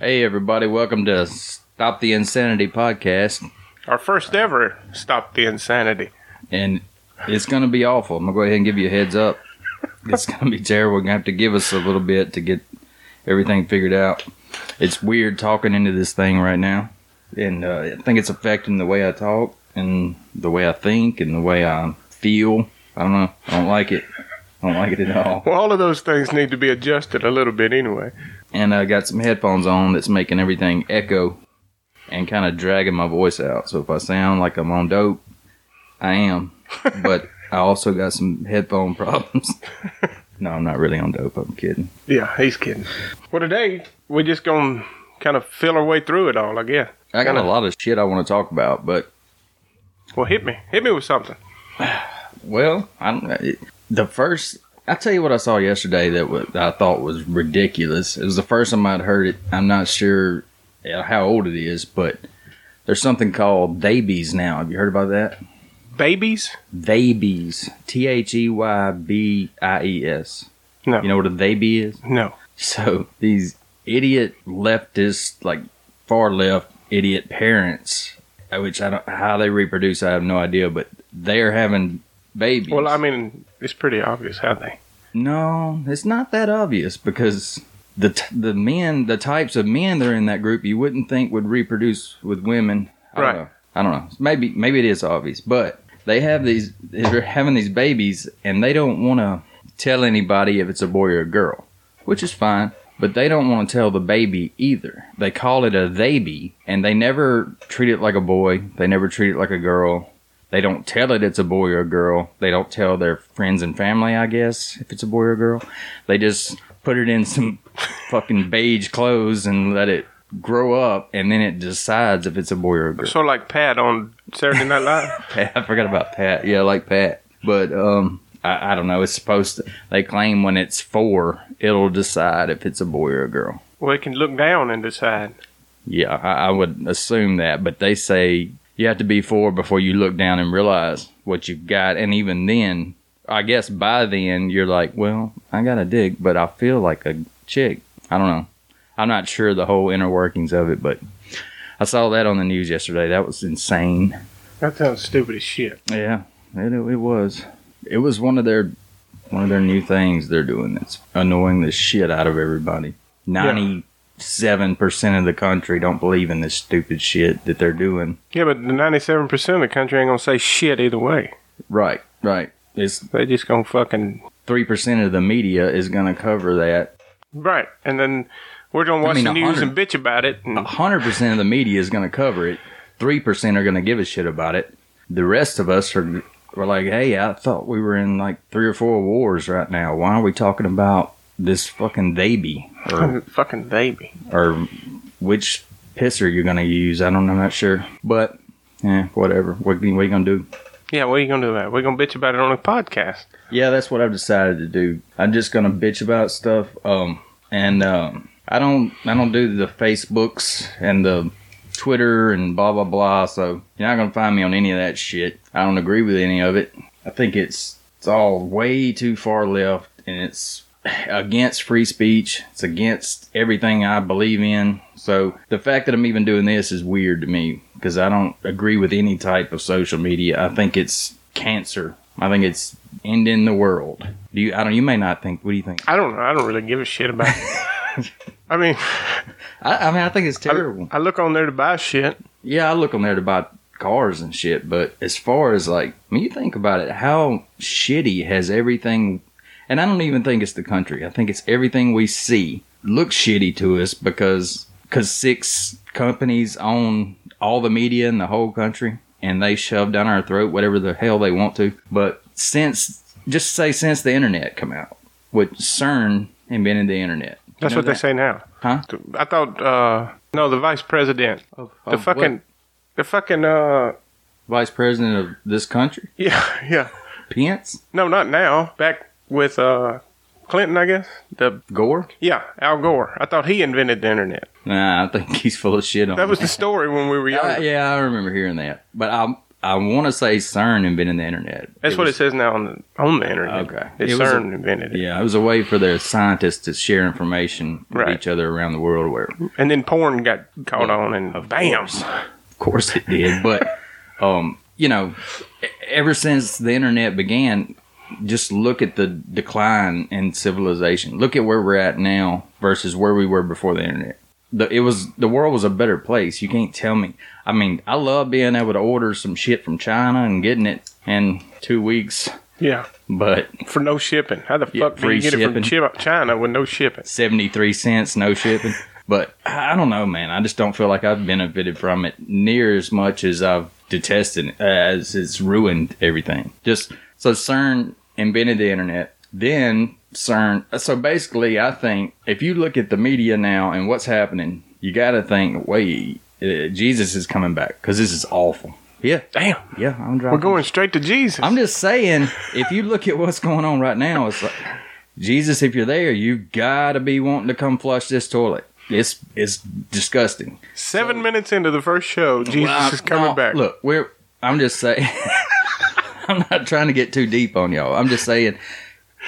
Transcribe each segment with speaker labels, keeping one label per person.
Speaker 1: Hey, everybody, welcome to Stop the Insanity podcast.
Speaker 2: Our first ever Stop the Insanity.
Speaker 1: And it's going to be awful. I'm going to go ahead and give you a heads up. It's going to be terrible. You're going to have to give us a little bit to get everything figured out. It's weird talking into this thing right now. And uh, I think it's affecting the way I talk and the way I think and the way I feel. I don't know. I don't like it. I don't like it at all.
Speaker 2: Well, all of those things need to be adjusted a little bit anyway.
Speaker 1: and I got some headphones on that's making everything echo and kind of dragging my voice out. So if I sound like I'm on dope, I am. but I also got some headphone problems. no, I'm not really on dope. I'm kidding.
Speaker 2: Yeah, he's kidding. Well, today, we're just going to kind of feel our way through it all, I guess.
Speaker 1: I got a
Speaker 2: Kinda-
Speaker 1: lot of shit I want to talk about, but
Speaker 2: Well, hit me. Hit me with something.
Speaker 1: well, I don't, it, the first. I tell you what I saw yesterday that, wa- that I thought was ridiculous. It was the first time I'd heard it. I'm not sure uh, how old it is, but there's something called babies now. Have you heard about that?
Speaker 2: Babies?
Speaker 1: Theybies. T H E Y B I E S.
Speaker 2: No.
Speaker 1: You know what a theybe is?
Speaker 2: No.
Speaker 1: So these idiot leftist, like far left idiot parents, uh, which I don't how they reproduce, I have no idea, but they're having babies.
Speaker 2: Well, I mean, it's pretty obvious how they.
Speaker 1: no, it's not that obvious because the t- the men, the types of men that are in that group, you wouldn't think would reproduce with women. I
Speaker 2: Right.
Speaker 1: Don't know. I don't know. Maybe maybe it is obvious, but they have these they're having these babies and they don't want to tell anybody if it's a boy or a girl, which is fine. But they don't want to tell the baby either. They call it a baby, and they never treat it like a boy. They never treat it like a girl. They don't tell it it's a boy or a girl. They don't tell their friends and family, I guess, if it's a boy or a girl. They just put it in some fucking beige clothes and let it grow up, and then it decides if it's a boy or a girl.
Speaker 2: Sort of like Pat on Saturday Night Live.
Speaker 1: Pat. I forgot about Pat. Yeah, I like Pat. But um, I, I don't know. It's supposed to. They claim when it's four, it'll decide if it's a boy or a girl.
Speaker 2: well, it can look down and decide.
Speaker 1: Yeah, I, I would assume that. But they say you have to be four before you look down and realize what you've got. And even then, I guess by then you're like, well, I got a dick, but I feel like a chick. I don't know. I'm not sure the whole inner workings of it, but I saw that on the news yesterday. That was insane.
Speaker 2: That sounds stupid as shit.
Speaker 1: Yeah, it, it was. It was one of their one of their new things they're doing that's annoying the shit out of everybody. Ninety seven percent of the country don't believe in this stupid shit that they're doing.
Speaker 2: Yeah, but the 97% of the country ain't going to say shit either way.
Speaker 1: Right, right. It's
Speaker 2: They just going to fucking.
Speaker 1: three percent of the media is going to cover that.
Speaker 2: Right. And then we're going to watch
Speaker 1: mean,
Speaker 2: the news
Speaker 1: 100
Speaker 2: and bitch about it. And,
Speaker 1: hundred percent of the media is going to cover it. Three percent are going to give a shit about it. The rest of us are we're like, hey, I thought we were in like three or four wars right now. Why are we talking about this fucking baby or
Speaker 2: fucking baby.
Speaker 1: or which pisser you're gonna use? I don't. know, I'm not sure. But yeah, whatever. What, what are you gonna do?
Speaker 2: Yeah, what are you gonna do about it? We're gonna bitch about it on a podcast.
Speaker 1: Yeah, that's what I've decided to do. I'm just gonna bitch about stuff. Um, and um, I don't, I don't do the Facebooks and the Twitter and blah blah blah. So you're not gonna find me on any of that shit. I don't agree with any of it. I think it's it's all way too far left, and it's against free speech. It's against everything I believe in. So the fact that I'm even doing this is weird to me because I don't agree with any type of social media. I think it's cancer. I think it's ending the world. Do you? I don't. You may not think. What do you think?
Speaker 2: I don't know. I don't really give a shit about it. I mean,
Speaker 1: I, I mean, I think it's terrible.
Speaker 2: I look on there to buy shit.
Speaker 1: yeah, I look on there to buy cars and shit, but as far as like when you think about it, how shitty has everything and I don't even think it's the country. I think it's everything we see looks shitty to us because cause six companies own all the media in the whole country and they shove down our throat whatever the hell they want to. But since just say since the internet come out, which CERN invented the internet.
Speaker 2: That's
Speaker 1: You know
Speaker 2: what they
Speaker 1: that?
Speaker 2: say now.
Speaker 1: Huh?
Speaker 2: I thought, uh, no, the vice president,
Speaker 1: Of-
Speaker 2: the
Speaker 1: of
Speaker 2: fucking,
Speaker 1: what?
Speaker 2: the fucking, uh,
Speaker 1: vice president of this country,
Speaker 2: yeah, yeah.
Speaker 1: Pence.
Speaker 2: No, not now. Back with uh, Clinton, I guess. The
Speaker 1: Gore?
Speaker 2: yeah, Al Gore. I thought he invented the internet.
Speaker 1: Nah, I think he's full of shit on
Speaker 2: That was the story when we were
Speaker 1: Uh,
Speaker 2: young.
Speaker 1: yeah, I remember hearing that. But I I want to say CERN invented the internet.
Speaker 2: That's
Speaker 1: It
Speaker 2: what
Speaker 1: was-
Speaker 2: it says now on the on the internet.
Speaker 1: Okay.
Speaker 2: it's
Speaker 1: It was a-
Speaker 2: CERN invented it,
Speaker 1: Yeah, it was a way for the scientists to share information
Speaker 2: Right.
Speaker 1: with each other around the world. Where, of
Speaker 2: and then porn got caught on, and bam.
Speaker 1: course. of course, it did. But um, you know, e- ever since the internet began, just look at the decline in civilization. Look at where we're at now versus where we were before the internet. The, it was the world was a better place. You can't tell me. I mean, I love being able to order some shit from China and getting it in two weeks.
Speaker 2: Yeah,
Speaker 1: but
Speaker 2: for no shipping. How the
Speaker 1: Yeah,
Speaker 2: fuck do you
Speaker 1: free
Speaker 2: get it from
Speaker 1: shipping.
Speaker 2: Chi- China with no shipping?
Speaker 1: 73 cents no shipping but i I don't know man i just don't feel like i've benefited from it near as much as i've detested it as it's ruined everything just so cern invented the internet then cern so basically i think if you look at the media now and what's happening you gotta think wait uh, jesus is coming back because this is awful yeah
Speaker 2: Damn,
Speaker 1: yeah i'm driving
Speaker 2: we're going straight to Jesus.
Speaker 1: I'm just saying, if you look at what's going on right now, it's like Jesus, if you're there, you gotta be wanting to come flush this toilet. It's it's disgusting.
Speaker 2: Seven minutes into the first show, Jesus
Speaker 1: Well,
Speaker 2: is coming
Speaker 1: no,
Speaker 2: back.
Speaker 1: Look, we're I'm just saying I'm not trying to get too deep on y'all. I'm just saying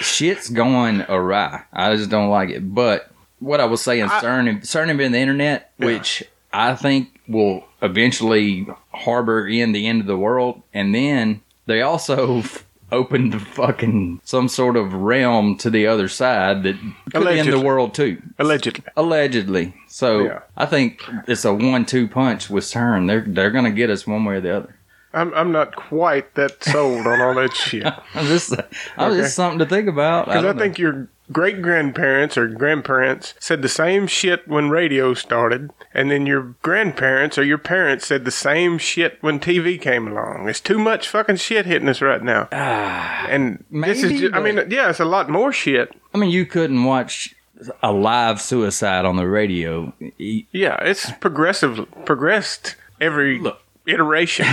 Speaker 1: shit's going awry. I just don't like it. But what I was saying,
Speaker 2: I-
Speaker 1: CERN CERN invented the internet, which I think will eventually harbor in the end of the world, and then they also f- opened the fucking some sort of realm to the other side that could end
Speaker 2: Allegedly.
Speaker 1: the world too.
Speaker 2: Allegedly,
Speaker 1: Allegedly. So
Speaker 2: Yeah.
Speaker 1: I think it's a one-two punch with CERN. They're they're gonna get us one way or the other.
Speaker 2: I'm I'm not quite that sold on all that shit.
Speaker 1: I'm just, I'm
Speaker 2: Okay.
Speaker 1: just something to think about. I,
Speaker 2: Because I,
Speaker 1: don't know.
Speaker 2: think your great grandparents or grandparents said the same shit when radio started, and then your grandparents or your parents said the same shit when TV came along. It's too much fucking shit hitting us right now. and this is,
Speaker 1: Ah, maybe,
Speaker 2: just, I mean, yeah, it's a lot more shit.
Speaker 1: I mean, you couldn't watch a live suicide on the radio. E-
Speaker 2: Yeah, it's progressive, progressed every
Speaker 1: Look.
Speaker 2: iteration.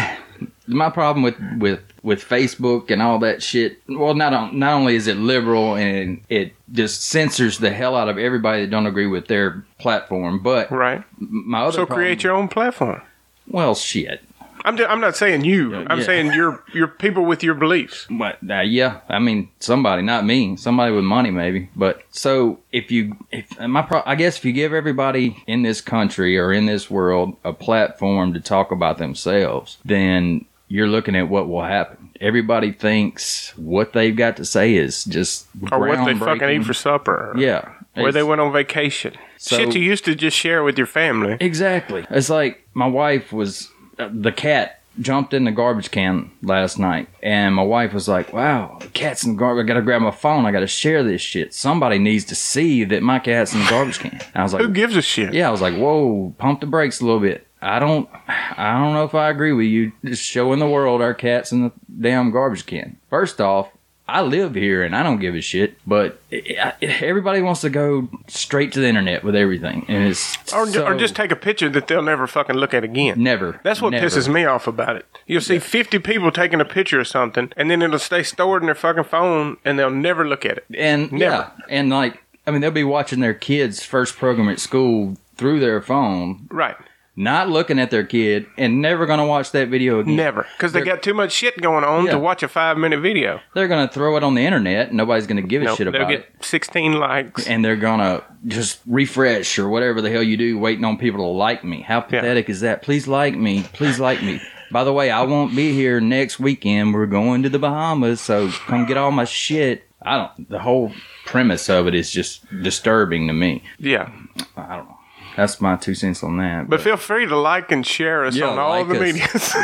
Speaker 1: My problem with with with Facebook and all that shit. Well, not on, not only is it liberal and it just censors the hell out of everybody that don't agree with their platform, but
Speaker 2: right.
Speaker 1: my other
Speaker 2: So
Speaker 1: problem-
Speaker 2: create your own platform.
Speaker 1: well shit.
Speaker 2: I'm, ju- I'm not saying you. I'm
Speaker 1: yeah.
Speaker 2: saying your your people with your beliefs.
Speaker 1: But uh, yeah, I mean somebody, not me, somebody with money maybe. But so if you, if my, pro- I guess if you give everybody in this country or in this world a platform to talk about themselves, then you're looking at what will happen. Everybody thinks what they've got to say is just
Speaker 2: Or what they fucking
Speaker 1: groundbreaking.
Speaker 2: eat for supper. or-
Speaker 1: Yeah,
Speaker 2: Where they
Speaker 1: It's-
Speaker 2: went on vacation.
Speaker 1: So-
Speaker 2: Shit you used to just share with your family.
Speaker 1: Exactly. It's like my wife was uh, the cat jumped in the garbage can last night, and my wife was like, "Wow, the cat's in the garbage. I gotta grab my phone. I gotta share this shit. Somebody needs to see that my cat's in the garbage can." And I was like,
Speaker 2: Who gives a shit?
Speaker 1: "Yeah." I was like, "Whoa, pump the brakes a little bit." I don't, I don't know if I agree with you. Just showing the world our cat's in the damn garbage can. First off. I live here and I don't give a shit, but I- I- everybody wants to go straight to the internet with everything, and it's
Speaker 2: Or, ju- or
Speaker 1: so-
Speaker 2: just take a picture that they'll never fucking look at again.
Speaker 1: Never.
Speaker 2: That's what
Speaker 1: Never.
Speaker 2: pisses me off about it. You'll see 50 people taking a picture of something, and then it'll stay stored in their fucking phone, and they'll never look at it.
Speaker 1: And
Speaker 2: Never.
Speaker 1: yeah, and like I mean, they'll be watching their kids' first program at school through their phone,
Speaker 2: Right.
Speaker 1: not looking at their kid, and never gonna watch that video again.
Speaker 2: Never. Because they got too much shit going on
Speaker 1: Yeah.
Speaker 2: to watch a five minute video.
Speaker 1: They're gonna throw it on the internet. and Nobody's gonna give a
Speaker 2: Nope.
Speaker 1: shit
Speaker 2: They'll
Speaker 1: about
Speaker 2: get
Speaker 1: it.
Speaker 2: 16 likes.
Speaker 1: And they're gonna just refresh or whatever the hell you do, waiting on people to like me. How pathetic is that? Please like me. Please like me. By the way, I won't be here next weekend. We're going to the Bahamas, so come get all my shit. I don't. The whole premise of it is just disturbing to me.
Speaker 2: yeah.
Speaker 1: I don't know. That's my two cents on that.
Speaker 2: But feel free to like and share us
Speaker 1: Yeah,
Speaker 2: on all
Speaker 1: like
Speaker 2: the
Speaker 1: us.
Speaker 2: medias.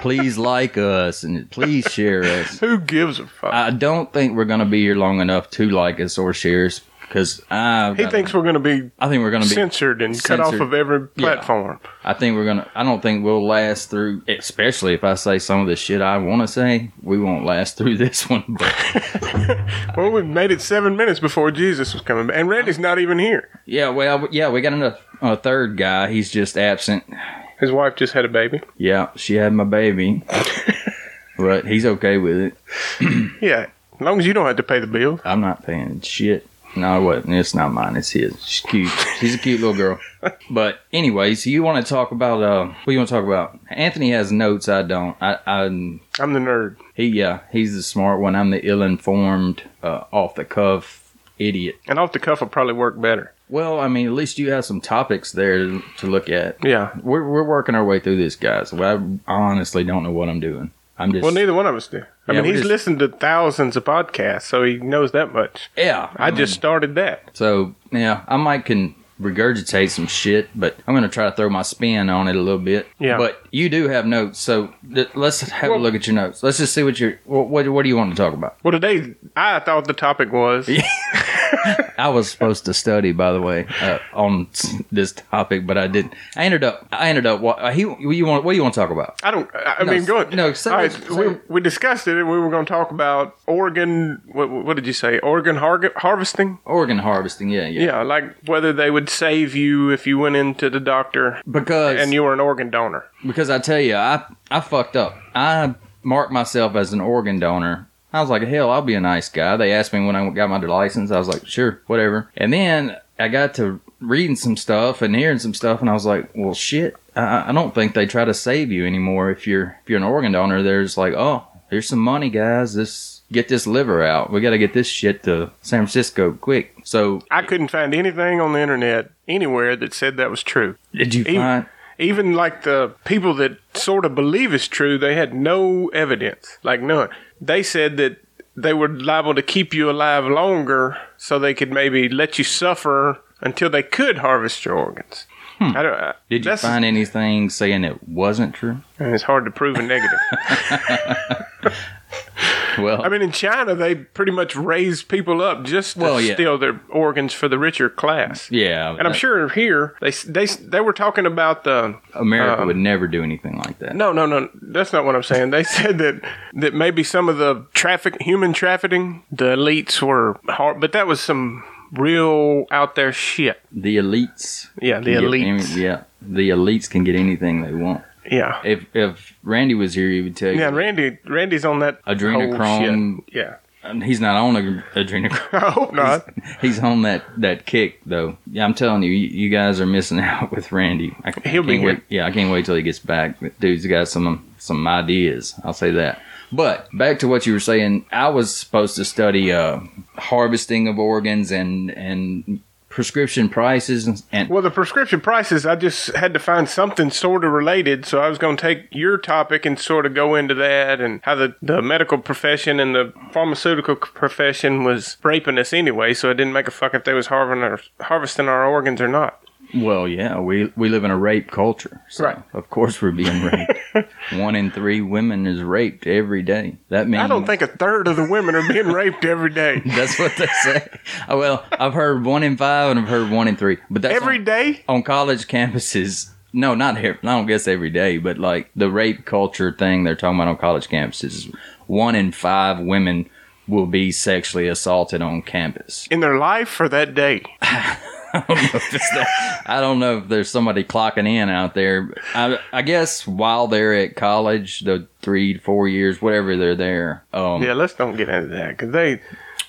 Speaker 1: please like us and please share us.
Speaker 2: Who gives a fuck?
Speaker 1: I don't think we're gonna be here long enough to like us or share us because I.
Speaker 2: he thinks we're going to be
Speaker 1: I think we're gonna be.
Speaker 2: censored and cut off
Speaker 1: censored.
Speaker 2: of every
Speaker 1: Yeah.
Speaker 2: platform.
Speaker 1: I think we're gonna. I don't think we'll last through. Especially if I say some of the shit I want to say, we won't last through this one. But
Speaker 2: Well, we made it seven minutes before Jesus was coming back, and Randy's not even here.
Speaker 1: yeah, well, yeah, we got another a third guy. He's just absent.
Speaker 2: His wife just had a baby.
Speaker 1: Yeah, she had my baby, but he's okay with it.
Speaker 2: Yeah, As long as you don't have to pay the bill.
Speaker 1: I'm not paying shit. No, it wasn't. It's not mine. It's his. She's cute. She's a cute little girl. But anyways, you want to talk about uh, what you want to talk about? Anthony has notes. I don't. I, I
Speaker 2: I'm the nerd.
Speaker 1: he yeah. He's the smart one. I'm the ill-informed, uh, off-the-cuff idiot.
Speaker 2: And off the cuff will probably work better.
Speaker 1: Well, I mean, at least you have some topics there to look at.
Speaker 2: Yeah.
Speaker 1: We're we're working our way through this, guys. Well, I honestly don't know what I'm doing. I'm just
Speaker 2: Well, neither one of us do. I
Speaker 1: Yeah,
Speaker 2: mean,
Speaker 1: we
Speaker 2: he's
Speaker 1: just-
Speaker 2: listened to thousands of podcasts, so he knows that much.
Speaker 1: yeah.
Speaker 2: I
Speaker 1: mean,
Speaker 2: just started that.
Speaker 1: So yeah, I might can regurgitate some shit, but I'm gonna try to throw my spin on it a little bit.
Speaker 2: Yeah.
Speaker 1: But you do have notes, so th- let's have a
Speaker 2: Well-
Speaker 1: look at your notes. Let's just see what you what, what what do you want to talk about.
Speaker 2: Well, today I thought the topic was
Speaker 1: I was supposed to study, by the way, uh, on s- this topic, but I didn't. I ended up I ended up what he you want what do you want to talk about?
Speaker 2: I don't. I I
Speaker 1: No,
Speaker 2: mean, go ahead.
Speaker 1: no, say
Speaker 2: All right,
Speaker 1: it, say
Speaker 2: we,
Speaker 1: it.
Speaker 2: we discussed it, and we were going to talk about Oregon. What, what did you say? Oregon har- harvesting.
Speaker 1: Organ harvesting, yeah, yeah.
Speaker 2: Yeah, like whether they would save you if you went into the doctor
Speaker 1: Because
Speaker 2: and you were an organ donor.
Speaker 1: because I tell you, I I fucked up. I marked myself as an organ donor. I was like, hell, I'll be a nice guy. They asked me when I got my license. I was like, sure, whatever. And then I got to reading some stuff and hearing some stuff, and I was like, well, shit. I, I don't think they try to save you anymore if you're if you're an organ donor. There's like, oh, here's some money, guys. This get this liver out. We got to get this shit to San Francisco quick. So
Speaker 2: I couldn't find anything on the internet anywhere that said that was true.
Speaker 1: did you
Speaker 2: Even-
Speaker 1: find?
Speaker 2: Even like the people that sort of believe it's true, they had no evidence, like none. They said that they were liable to keep you alive longer so they could maybe let you suffer until they could harvest your organs. I don't, I-
Speaker 1: Hmm. Did you
Speaker 2: that's-
Speaker 1: find anything saying it wasn't true?
Speaker 2: It's hard to prove a negative.
Speaker 1: Well,
Speaker 2: I mean, in China, they pretty much raise people up just to
Speaker 1: Well, yeah.
Speaker 2: steal their organs for the richer class.
Speaker 1: yeah,
Speaker 2: And I'm
Speaker 1: that-
Speaker 2: sure here they they they were talking about the
Speaker 1: America
Speaker 2: Um,
Speaker 1: would never do anything like that.
Speaker 2: no no no that's not what I'm saying. They said that that maybe some of the traffic human trafficking the elites were hard, but that was some real out there shit.
Speaker 1: The elites.
Speaker 2: Yeah, the
Speaker 1: can get
Speaker 2: elites.
Speaker 1: any- yeah, the elites can get anything they want.
Speaker 2: Yeah.
Speaker 1: If if Randy was here, he would tell you.
Speaker 2: Yeah, Randy. Randy's on that whole
Speaker 1: Adrenochrome.
Speaker 2: shit. Yeah,
Speaker 1: Um, he's not on a adrenochrome.
Speaker 2: I hope not.
Speaker 1: He's on that that kick though. Yeah, I'm telling you, you, you guys are missing out with Randy. I,
Speaker 2: He'll
Speaker 1: I
Speaker 2: be
Speaker 1: can't
Speaker 2: here.
Speaker 1: wait. Yeah, I can't wait till he gets back. But Dude's got some some ideas. I'll say that. But back to what you were saying, I was supposed to study uh, harvesting of organs and and prescription prices and, and
Speaker 2: Well, the prescription prices, I just had to find something sort of related. So I was going to take your topic and sort of go into that and how the, the medical profession and the pharmaceutical c- profession was raping us anyway. So it didn't make a fuck if they was harvesting our, harvesting our organs or not.
Speaker 1: Well, yeah, we we live in a rape culture, so
Speaker 2: Right.
Speaker 1: Of course, we're being raped. One in three women is raped every day. That means
Speaker 2: I don't think a third of the women are being raped every day.
Speaker 1: that's what they say. Oh, well, I've heard one in five, and I've heard one in three, but that's
Speaker 2: Every
Speaker 1: on,
Speaker 2: day?
Speaker 1: on college campuses. No, not here. I don't guess every day, but like the rape culture thing they're talking about on college campuses, is one in five women will be sexually assaulted on campus.
Speaker 2: In their life for that day.
Speaker 1: It's that- I don't know if there's somebody clocking in out there. I, I guess while they're at college, the three, four years, whatever they're there. Um,
Speaker 2: Yeah, let's don't get into that because they.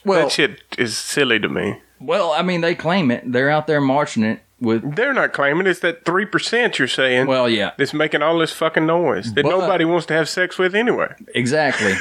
Speaker 1: Well-
Speaker 2: that shit is silly to me.
Speaker 1: Well, I mean, they claim it. They're out there marching it with.
Speaker 2: They're not claiming it's that 3% you're saying.
Speaker 1: Well, yeah,
Speaker 2: that's making all this fucking noise that
Speaker 1: But-
Speaker 2: nobody wants to have sex with anyway.
Speaker 1: exactly.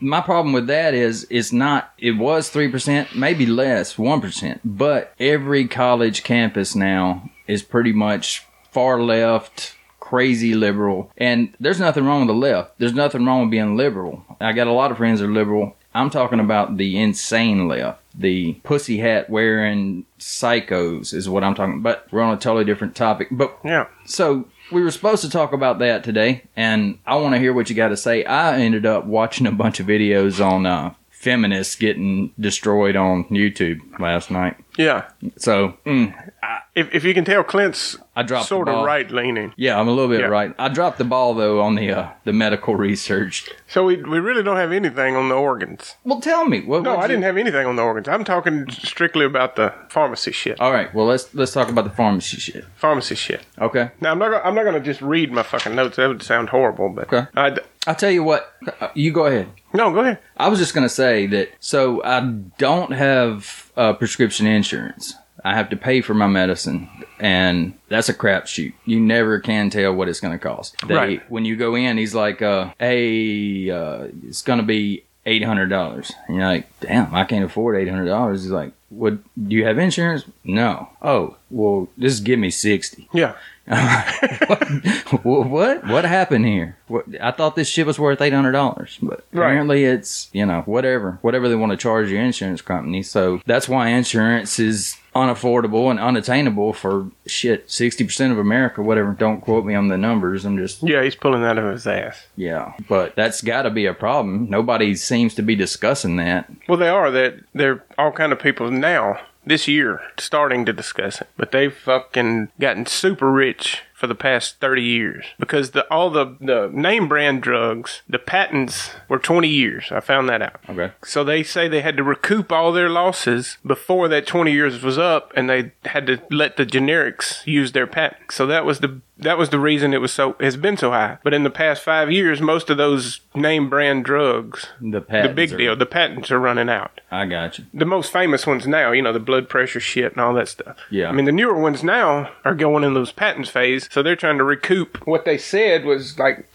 Speaker 1: My problem with that is it's not. It was three percent, maybe less, one percent. But every college campus now is pretty much far left. Crazy liberal, and there's nothing wrong with the left. There's nothing wrong with being liberal. I got a lot of friends that are liberal. I'm talking about the insane left, the pussy hat wearing psychos is what I'm talking. But we're on a totally different topic. But
Speaker 2: Yeah.
Speaker 1: so we were supposed to talk about that today, and I want to hear what you got to say. I ended up watching a bunch of videos on uh, feminists getting destroyed on YouTube last night.
Speaker 2: Yeah.
Speaker 1: So mm, I,
Speaker 2: If, if you can tell, Clint's
Speaker 1: I dropped
Speaker 2: sort
Speaker 1: the ball.
Speaker 2: of right leaning.
Speaker 1: Yeah, I'm a little bit
Speaker 2: Yeah.
Speaker 1: right. I dropped the ball though on the uh, the medical research.
Speaker 2: So we, we really don't have anything on the organs.
Speaker 1: Well, tell me. What,
Speaker 2: No,
Speaker 1: what'd
Speaker 2: I
Speaker 1: you-
Speaker 2: didn't have anything on the organs. I'm talking strictly about the pharmacy shit.
Speaker 1: All right. Well, let's let's talk about the pharmacy shit.
Speaker 2: Pharmacy shit.
Speaker 1: Okay.
Speaker 2: Now I'm not gonna, I'm not going to just read my fucking notes. That would sound horrible. But
Speaker 1: Okay.
Speaker 2: I d-
Speaker 1: I'll tell you what. uh, You go ahead.
Speaker 2: no, go ahead.
Speaker 1: I was just gonna say that. So I don't have uh, prescription insurance. I have to pay for my medicine, and that's a crapshoot. You never can tell what it's gonna cost. They-
Speaker 2: Right.
Speaker 1: When you go in, he's like, uh, "Hey, uh, it's gonna be eight hundred dollars." And you're like, "Damn, I can't afford eight hundred dollars." He's like, "What? Do you have insurance?" No. Oh, well, just give me sixty.
Speaker 2: Yeah.
Speaker 1: what? What What happened here? What, I thought this shit was worth eight hundred dollars, but
Speaker 2: Right.
Speaker 1: apparently it's you know whatever, whatever they want to charge your insurance company. So that's why insurance is unaffordable and unattainable for shit sixty percent of America. Whatever. Don't quote me on the numbers. I'm just
Speaker 2: Yeah, he's pulling that out of his ass.
Speaker 1: yeah, but that's got to be a problem. Nobody seems to be discussing that.
Speaker 2: Well, they are. That they're all kind of people now this year starting to discuss it, but they've fucking gotten super rich for the past 30 years because the all the, the name brand drugs, the patents were 20 years. I found that out.
Speaker 1: Okay.
Speaker 2: So they say they had to recoup all their losses before that 20 years was up, and they had to let the generics use their patent. So that was the that was the reason it was so has been so high. But in the past five years, most of those name brand drugs,
Speaker 1: The
Speaker 2: the
Speaker 1: patents
Speaker 2: big
Speaker 1: are-
Speaker 2: deal, the patents are running out.
Speaker 1: I got you.
Speaker 2: The most famous ones now, you know, the blood pressure shit and all that stuff.
Speaker 1: Yeah.
Speaker 2: I mean, the newer ones now are going in those patents phase, so they're trying to recoup what they said was like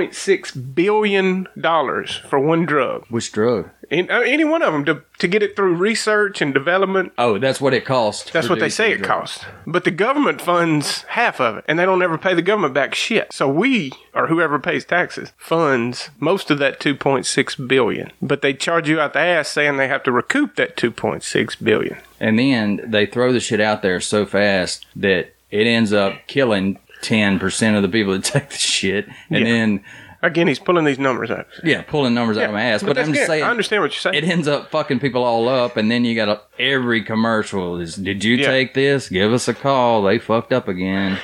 Speaker 2: 2.6 billion dollars for one drug.
Speaker 1: Which drug?
Speaker 2: In, uh, any one of them to, to get it through research and development.
Speaker 1: Oh, that's what it costs.
Speaker 2: That's
Speaker 1: for
Speaker 2: what they
Speaker 1: these
Speaker 2: say it
Speaker 1: drugs.
Speaker 2: costs. But the government funds half of it, and they don't ever pay the government back shit. So we, or whoever pays taxes, funds most of that 2.6 billion. But they charge you out the ass saying they have to recoup that 2.6 billion.
Speaker 1: And then they throw the shit out there so fast that it ends up killing 10% of the people that take the shit. And
Speaker 2: Yeah.
Speaker 1: then,
Speaker 2: Again, he's pulling these numbers up.
Speaker 1: yeah, pulling numbers out of my ass. But,
Speaker 2: that's
Speaker 1: I'm just
Speaker 2: good. I
Speaker 1: saying,
Speaker 2: understand what you're saying.
Speaker 1: it ends up fucking people all up. And then you got a, every commercial is, did you
Speaker 2: Yeah.
Speaker 1: take this? Give us a call. They fucked up again.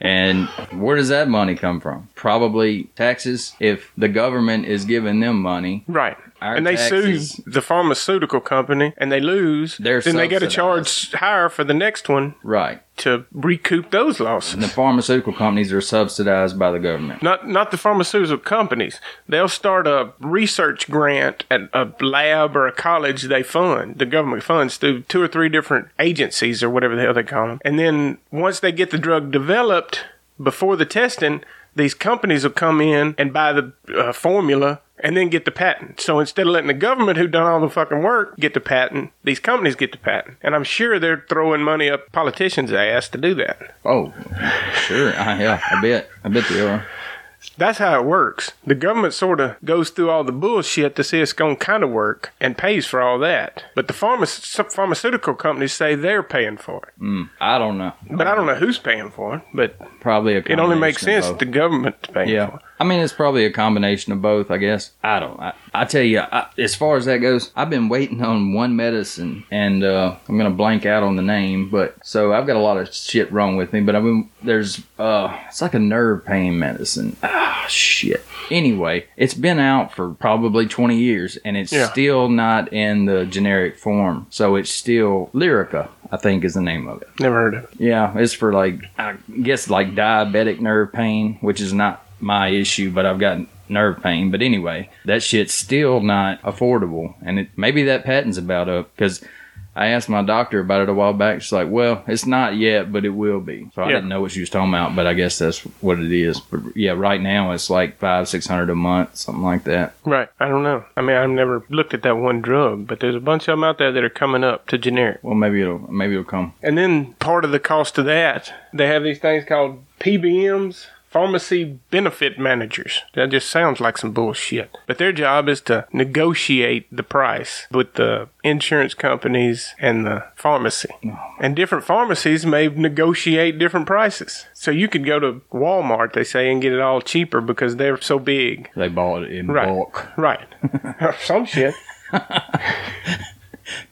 Speaker 1: And where does that money come from? Probably taxes. If the government is giving them money,
Speaker 2: Right.
Speaker 1: Our
Speaker 2: and they
Speaker 1: taxes-
Speaker 2: sue the pharmaceutical company and they lose.
Speaker 1: They're
Speaker 2: then they got to
Speaker 1: subsidized.
Speaker 2: charge higher for the next one
Speaker 1: right?
Speaker 2: to recoup those losses.
Speaker 1: The pharmaceutical companies are subsidized by the government.
Speaker 2: Not not the pharmaceutical companies. They'll start a research grant at a lab or a college they fund. The government funds through two or three different agencies or whatever the hell they call them. And then once they get the drug developed before the testing, these companies will come in and buy the uh, formula and then get the patent. So instead of letting the government who done all the fucking work get the patent, these companies get the patent. And I'm sure they're throwing money up politicians' ass to do that.
Speaker 1: Oh, sure. I, yeah, I bet. I bet they are.
Speaker 2: That's how it works. The government sort of goes through all the bullshit to see it's going to kind of work and pays for all that. But the pharma- pharmaceutical companies say they're paying for it.
Speaker 1: Mm, I don't know.
Speaker 2: But I don't know who's paying for it, but
Speaker 1: Probably a.
Speaker 2: it only makes
Speaker 1: combination
Speaker 2: sense
Speaker 1: of both.
Speaker 2: the government's paying for
Speaker 1: yeah,
Speaker 2: it.
Speaker 1: I mean it's probably a combination of both. I guess I don't. I, I tell you, I, as far as that goes, I've been waiting on one medicine, and uh, I'm gonna blank out on the name. But so I've got a lot of shit wrong with me. But I've been there's uh, it's like a nerve pain medicine. Ah, shit. Anyway, it's been out for probably 20 years, and it's
Speaker 2: Yeah.
Speaker 1: still not in the generic form. So it's still Lyrica, I think, is the name of it.
Speaker 2: Never heard of it.
Speaker 1: Yeah, it's for like I guess like diabetic nerve pain, which is not my issue, but I've got nerve pain. But anyway, that shit's still not affordable, and it, maybe that patent's about up because I asked my doctor about it a while back. She's like, "Well, it's not yet, but it will be." So I
Speaker 2: Yeah.
Speaker 1: didn't know what she was talking about, but I guess that's what it is. But yeah, right now it's like five, six hundred a month, something like that.
Speaker 2: Right. I don't know. I mean, I've never looked at that one drug, but there's a bunch of them out there that are coming up to generic.
Speaker 1: Well, maybe it'll maybe it'll come.
Speaker 2: And then part of the cost of that, they have these things called PBMs, pharmacy benefit managers. That just sounds like some bullshit. But their job is to negotiate the price with the insurance companies and the pharmacy. And different pharmacies may negotiate different prices. So you could go to Walmart, they say, and get it all cheaper because they're so big.
Speaker 1: They bought it in
Speaker 2: Right.
Speaker 1: bulk.
Speaker 2: Right. some shit.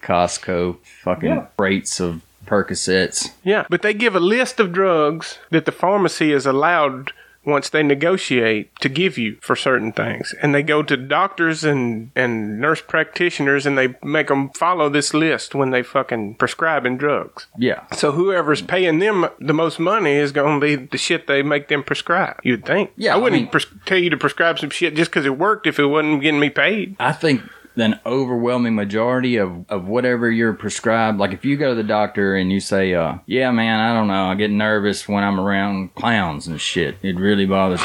Speaker 1: Costco, fucking
Speaker 2: Yeah.
Speaker 1: rates of Percocets.
Speaker 2: Yeah, but they give a list of drugs that the pharmacy is allowed once they negotiate to give you for certain things. And they go to doctors and, and nurse practitioners and they make them follow this list when they fucking prescribing drugs.
Speaker 1: Yeah.
Speaker 2: So whoever's paying them the most money is going to be the shit they make them prescribe, you'd think.
Speaker 1: Yeah,
Speaker 2: I
Speaker 1: I
Speaker 2: wouldn't
Speaker 1: mean-
Speaker 2: pres- tell you to prescribe some shit just because it worked if it wasn't getting me paid.
Speaker 1: I think an overwhelming majority of, of whatever you're prescribed, like if you go to the doctor and you say, uh, yeah, man, I don't know, I get nervous when I'm around clowns and shit, it really bothers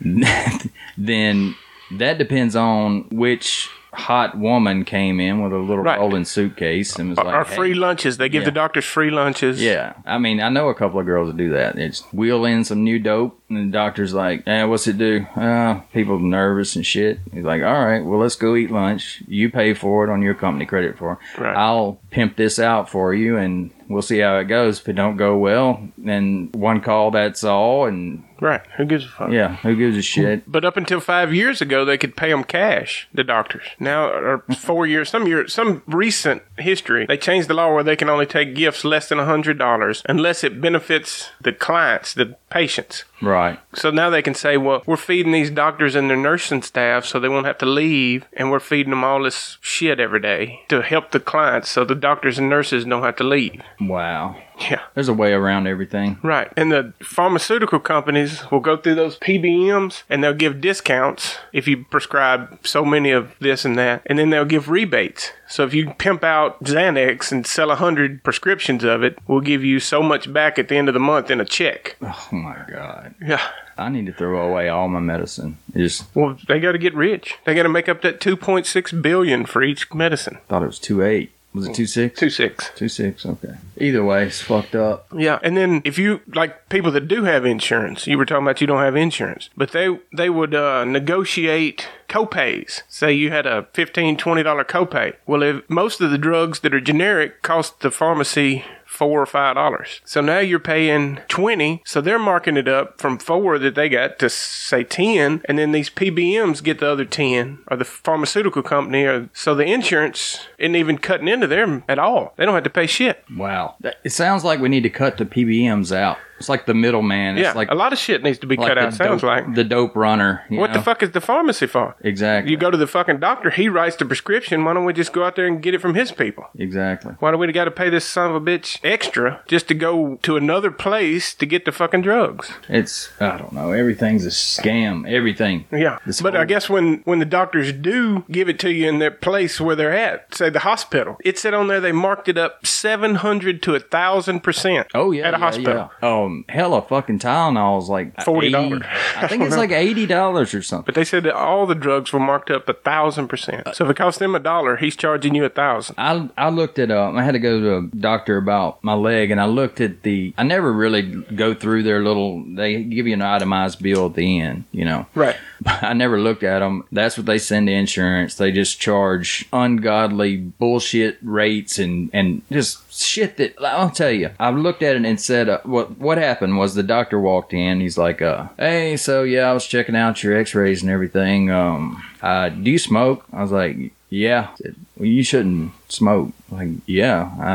Speaker 1: me, then that depends on which hot woman came in with a little
Speaker 2: Right.
Speaker 1: rolling suitcase and was like,
Speaker 2: Our
Speaker 1: "Hey,
Speaker 2: free lunches. They give
Speaker 1: Yeah.
Speaker 2: the doctors free lunches.
Speaker 1: yeah, I mean, I know a couple of girls that do that. It's wheel in some new dope, and the doctor's like, eh, "What's it do?" Uh, people nervous and shit. He's like, "All right, well, let's go eat lunch. You pay for it on your company credit for. it.
Speaker 2: Right.
Speaker 1: I'll pimp this out for you, and we'll see how it goes. If it don't go well, then one call, that's all. And
Speaker 2: Right. Who gives a fuck?
Speaker 1: yeah, who gives a shit?
Speaker 2: But up until five years ago, they could pay them cash. The doctors now, or four years, some year, some recent history, they changed the law where they can only take gifts less than a hundred dollars unless it benefits the clients, the patients.
Speaker 1: right?
Speaker 2: So now they can say, well, we're feeding these doctors and their nursing staff so they won't have to leave, and we're feeding them all this shit every day to help the clients, so the doctors and nurses don't have to leave.
Speaker 1: Wow,
Speaker 2: Yeah.
Speaker 1: there's a way around everything.
Speaker 2: Right. And the pharmaceutical companies will go through those PBMs and they'll give discounts if you prescribe so many of this and that. And then they'll give rebates. So if you pimp out Xanax and sell 100 prescriptions of it, we'll give you so much back at the end of the month in a check.
Speaker 1: Oh my god,
Speaker 2: Yeah.
Speaker 1: I need to throw away all my medicine. I just
Speaker 2: Well, they got to get rich. They got to make up that 2.6 billion for each medicine.
Speaker 1: thought it was two eight. Was it two six?
Speaker 2: 2.6.
Speaker 1: Two six, okay. Either way, it's fucked up.
Speaker 2: Yeah, and then if you like people that do have insurance, you were talking about you don't have insurance, but they they would uh, negotiate copays. Say you had a $15, 20 dollar copay. Well, if most of the drugs that are generic cost the pharmacy four or five dollars, so now you're paying twenty. So they're marking it up from four that they got to say ten, and then these PBMs get the other ten, or the pharmaceutical company, or so the insurance isn't even cutting into them at all. They don't have to pay shit.
Speaker 1: Wow. That- It sounds like we need to cut the PBMs out. It's like the middleman.
Speaker 2: Yeah,
Speaker 1: It's like,
Speaker 2: a lot of shit needs to be
Speaker 1: like
Speaker 2: cut
Speaker 1: the
Speaker 2: out. Sounds
Speaker 1: dope,
Speaker 2: like
Speaker 1: the dope runner. you
Speaker 2: what the
Speaker 1: know?
Speaker 2: fuck is the pharmacy for?
Speaker 1: Exactly.
Speaker 2: You go to the fucking doctor, he writes the prescription. Why don't we just go out there and get it from his people?
Speaker 1: exactly.
Speaker 2: Why do we got to pay this son of a bitch extra just to go to another place to get the fucking drugs?
Speaker 1: It's I don't know. Everything's a scam. Everything.
Speaker 2: Yeah,
Speaker 1: This
Speaker 2: but I
Speaker 1: whole-
Speaker 2: guess when when the doctors do give it to you in their place where they're at, say the hospital, it said on there they marked it up seven hundred to a thousand percent.
Speaker 1: Oh yeah,
Speaker 2: at a
Speaker 1: yeah,
Speaker 2: hospital.
Speaker 1: Yeah. Um, hella fucking Tylenol's like
Speaker 2: $40.
Speaker 1: $80. I think it's like eighty dollars or something.
Speaker 2: But they said that all the drugs were marked up a thousand
Speaker 1: Uh,
Speaker 2: percent. So if it costs them a dollar, he's charging you a thousand.
Speaker 1: I, I looked at um I had to go to a doctor about my leg and I looked at the I never really go through their little they give you an itemized bill at the end you know
Speaker 2: Right.
Speaker 1: I never looked at them that's what they send to insurance they just charge ungodly bullshit rates and and just shit that I'll tell you I've looked at it and said uh, what what happened was the doctor walked in he's like uh hey so yeah I was checking out your X-rays and everything um uh do you smoke I was like yeah He said, well, you shouldn't smoke like yeah I,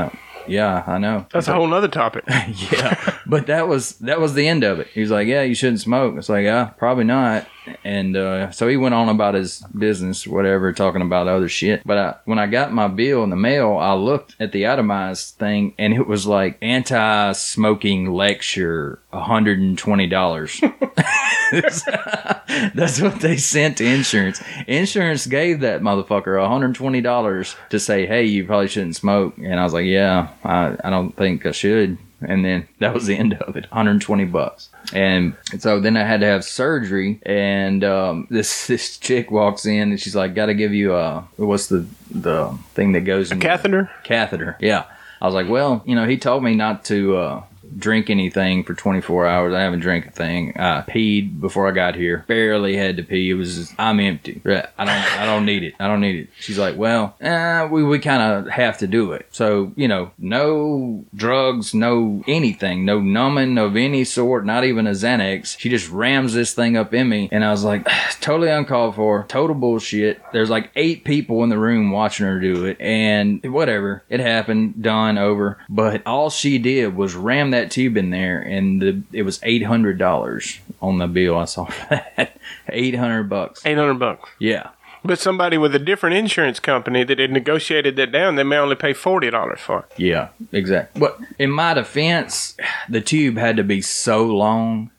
Speaker 1: yeah I know
Speaker 2: That's a whole nother topic.
Speaker 1: yeah but that was that was the end of it he was like yeah you shouldn't smoke it's like yeah probably not and uh, so he went on about his business whatever talking about other shit but I, when i got my bill in the mail i looked at the itemized thing and it was like anti-smoking lecture $120 that's what they sent to insurance insurance gave that motherfucker $120 to say hey you probably shouldn't smoke and i was like yeah i, I don't think i should and then that was the end of it 120 bucks and so then i had to have surgery and um, this this chick walks in and she's like gotta give you a what's the the thing that goes in your-
Speaker 2: Catheter?
Speaker 1: catheter yeah i was like well you know he told me not to uh drink anything for 24 hours. I haven't drank a thing. I peed before I got here. Barely had to pee. It was just, I'm empty. Right. I don't I don't need it. I don't need it. She's like, well, eh, we we kind of have to do it. So you know, no drugs, no anything, no numbing of any sort, not even a Xanax. She just rams this thing up in me, and I was like, totally uncalled for, total bullshit. There's like eight people in the room watching her do it, and whatever, it happened, done, over. But all she did was ram that tube in there, and the, it was eight hundred dollars on the bill I saw for that. Eight hundred bucks.
Speaker 2: Eight hundred bucks.
Speaker 1: Yeah.
Speaker 2: But somebody with a different insurance company that had negotiated that down, they may only pay forty dollars for it.
Speaker 1: Yeah, exactly. But in my defense, the tube had to be so long.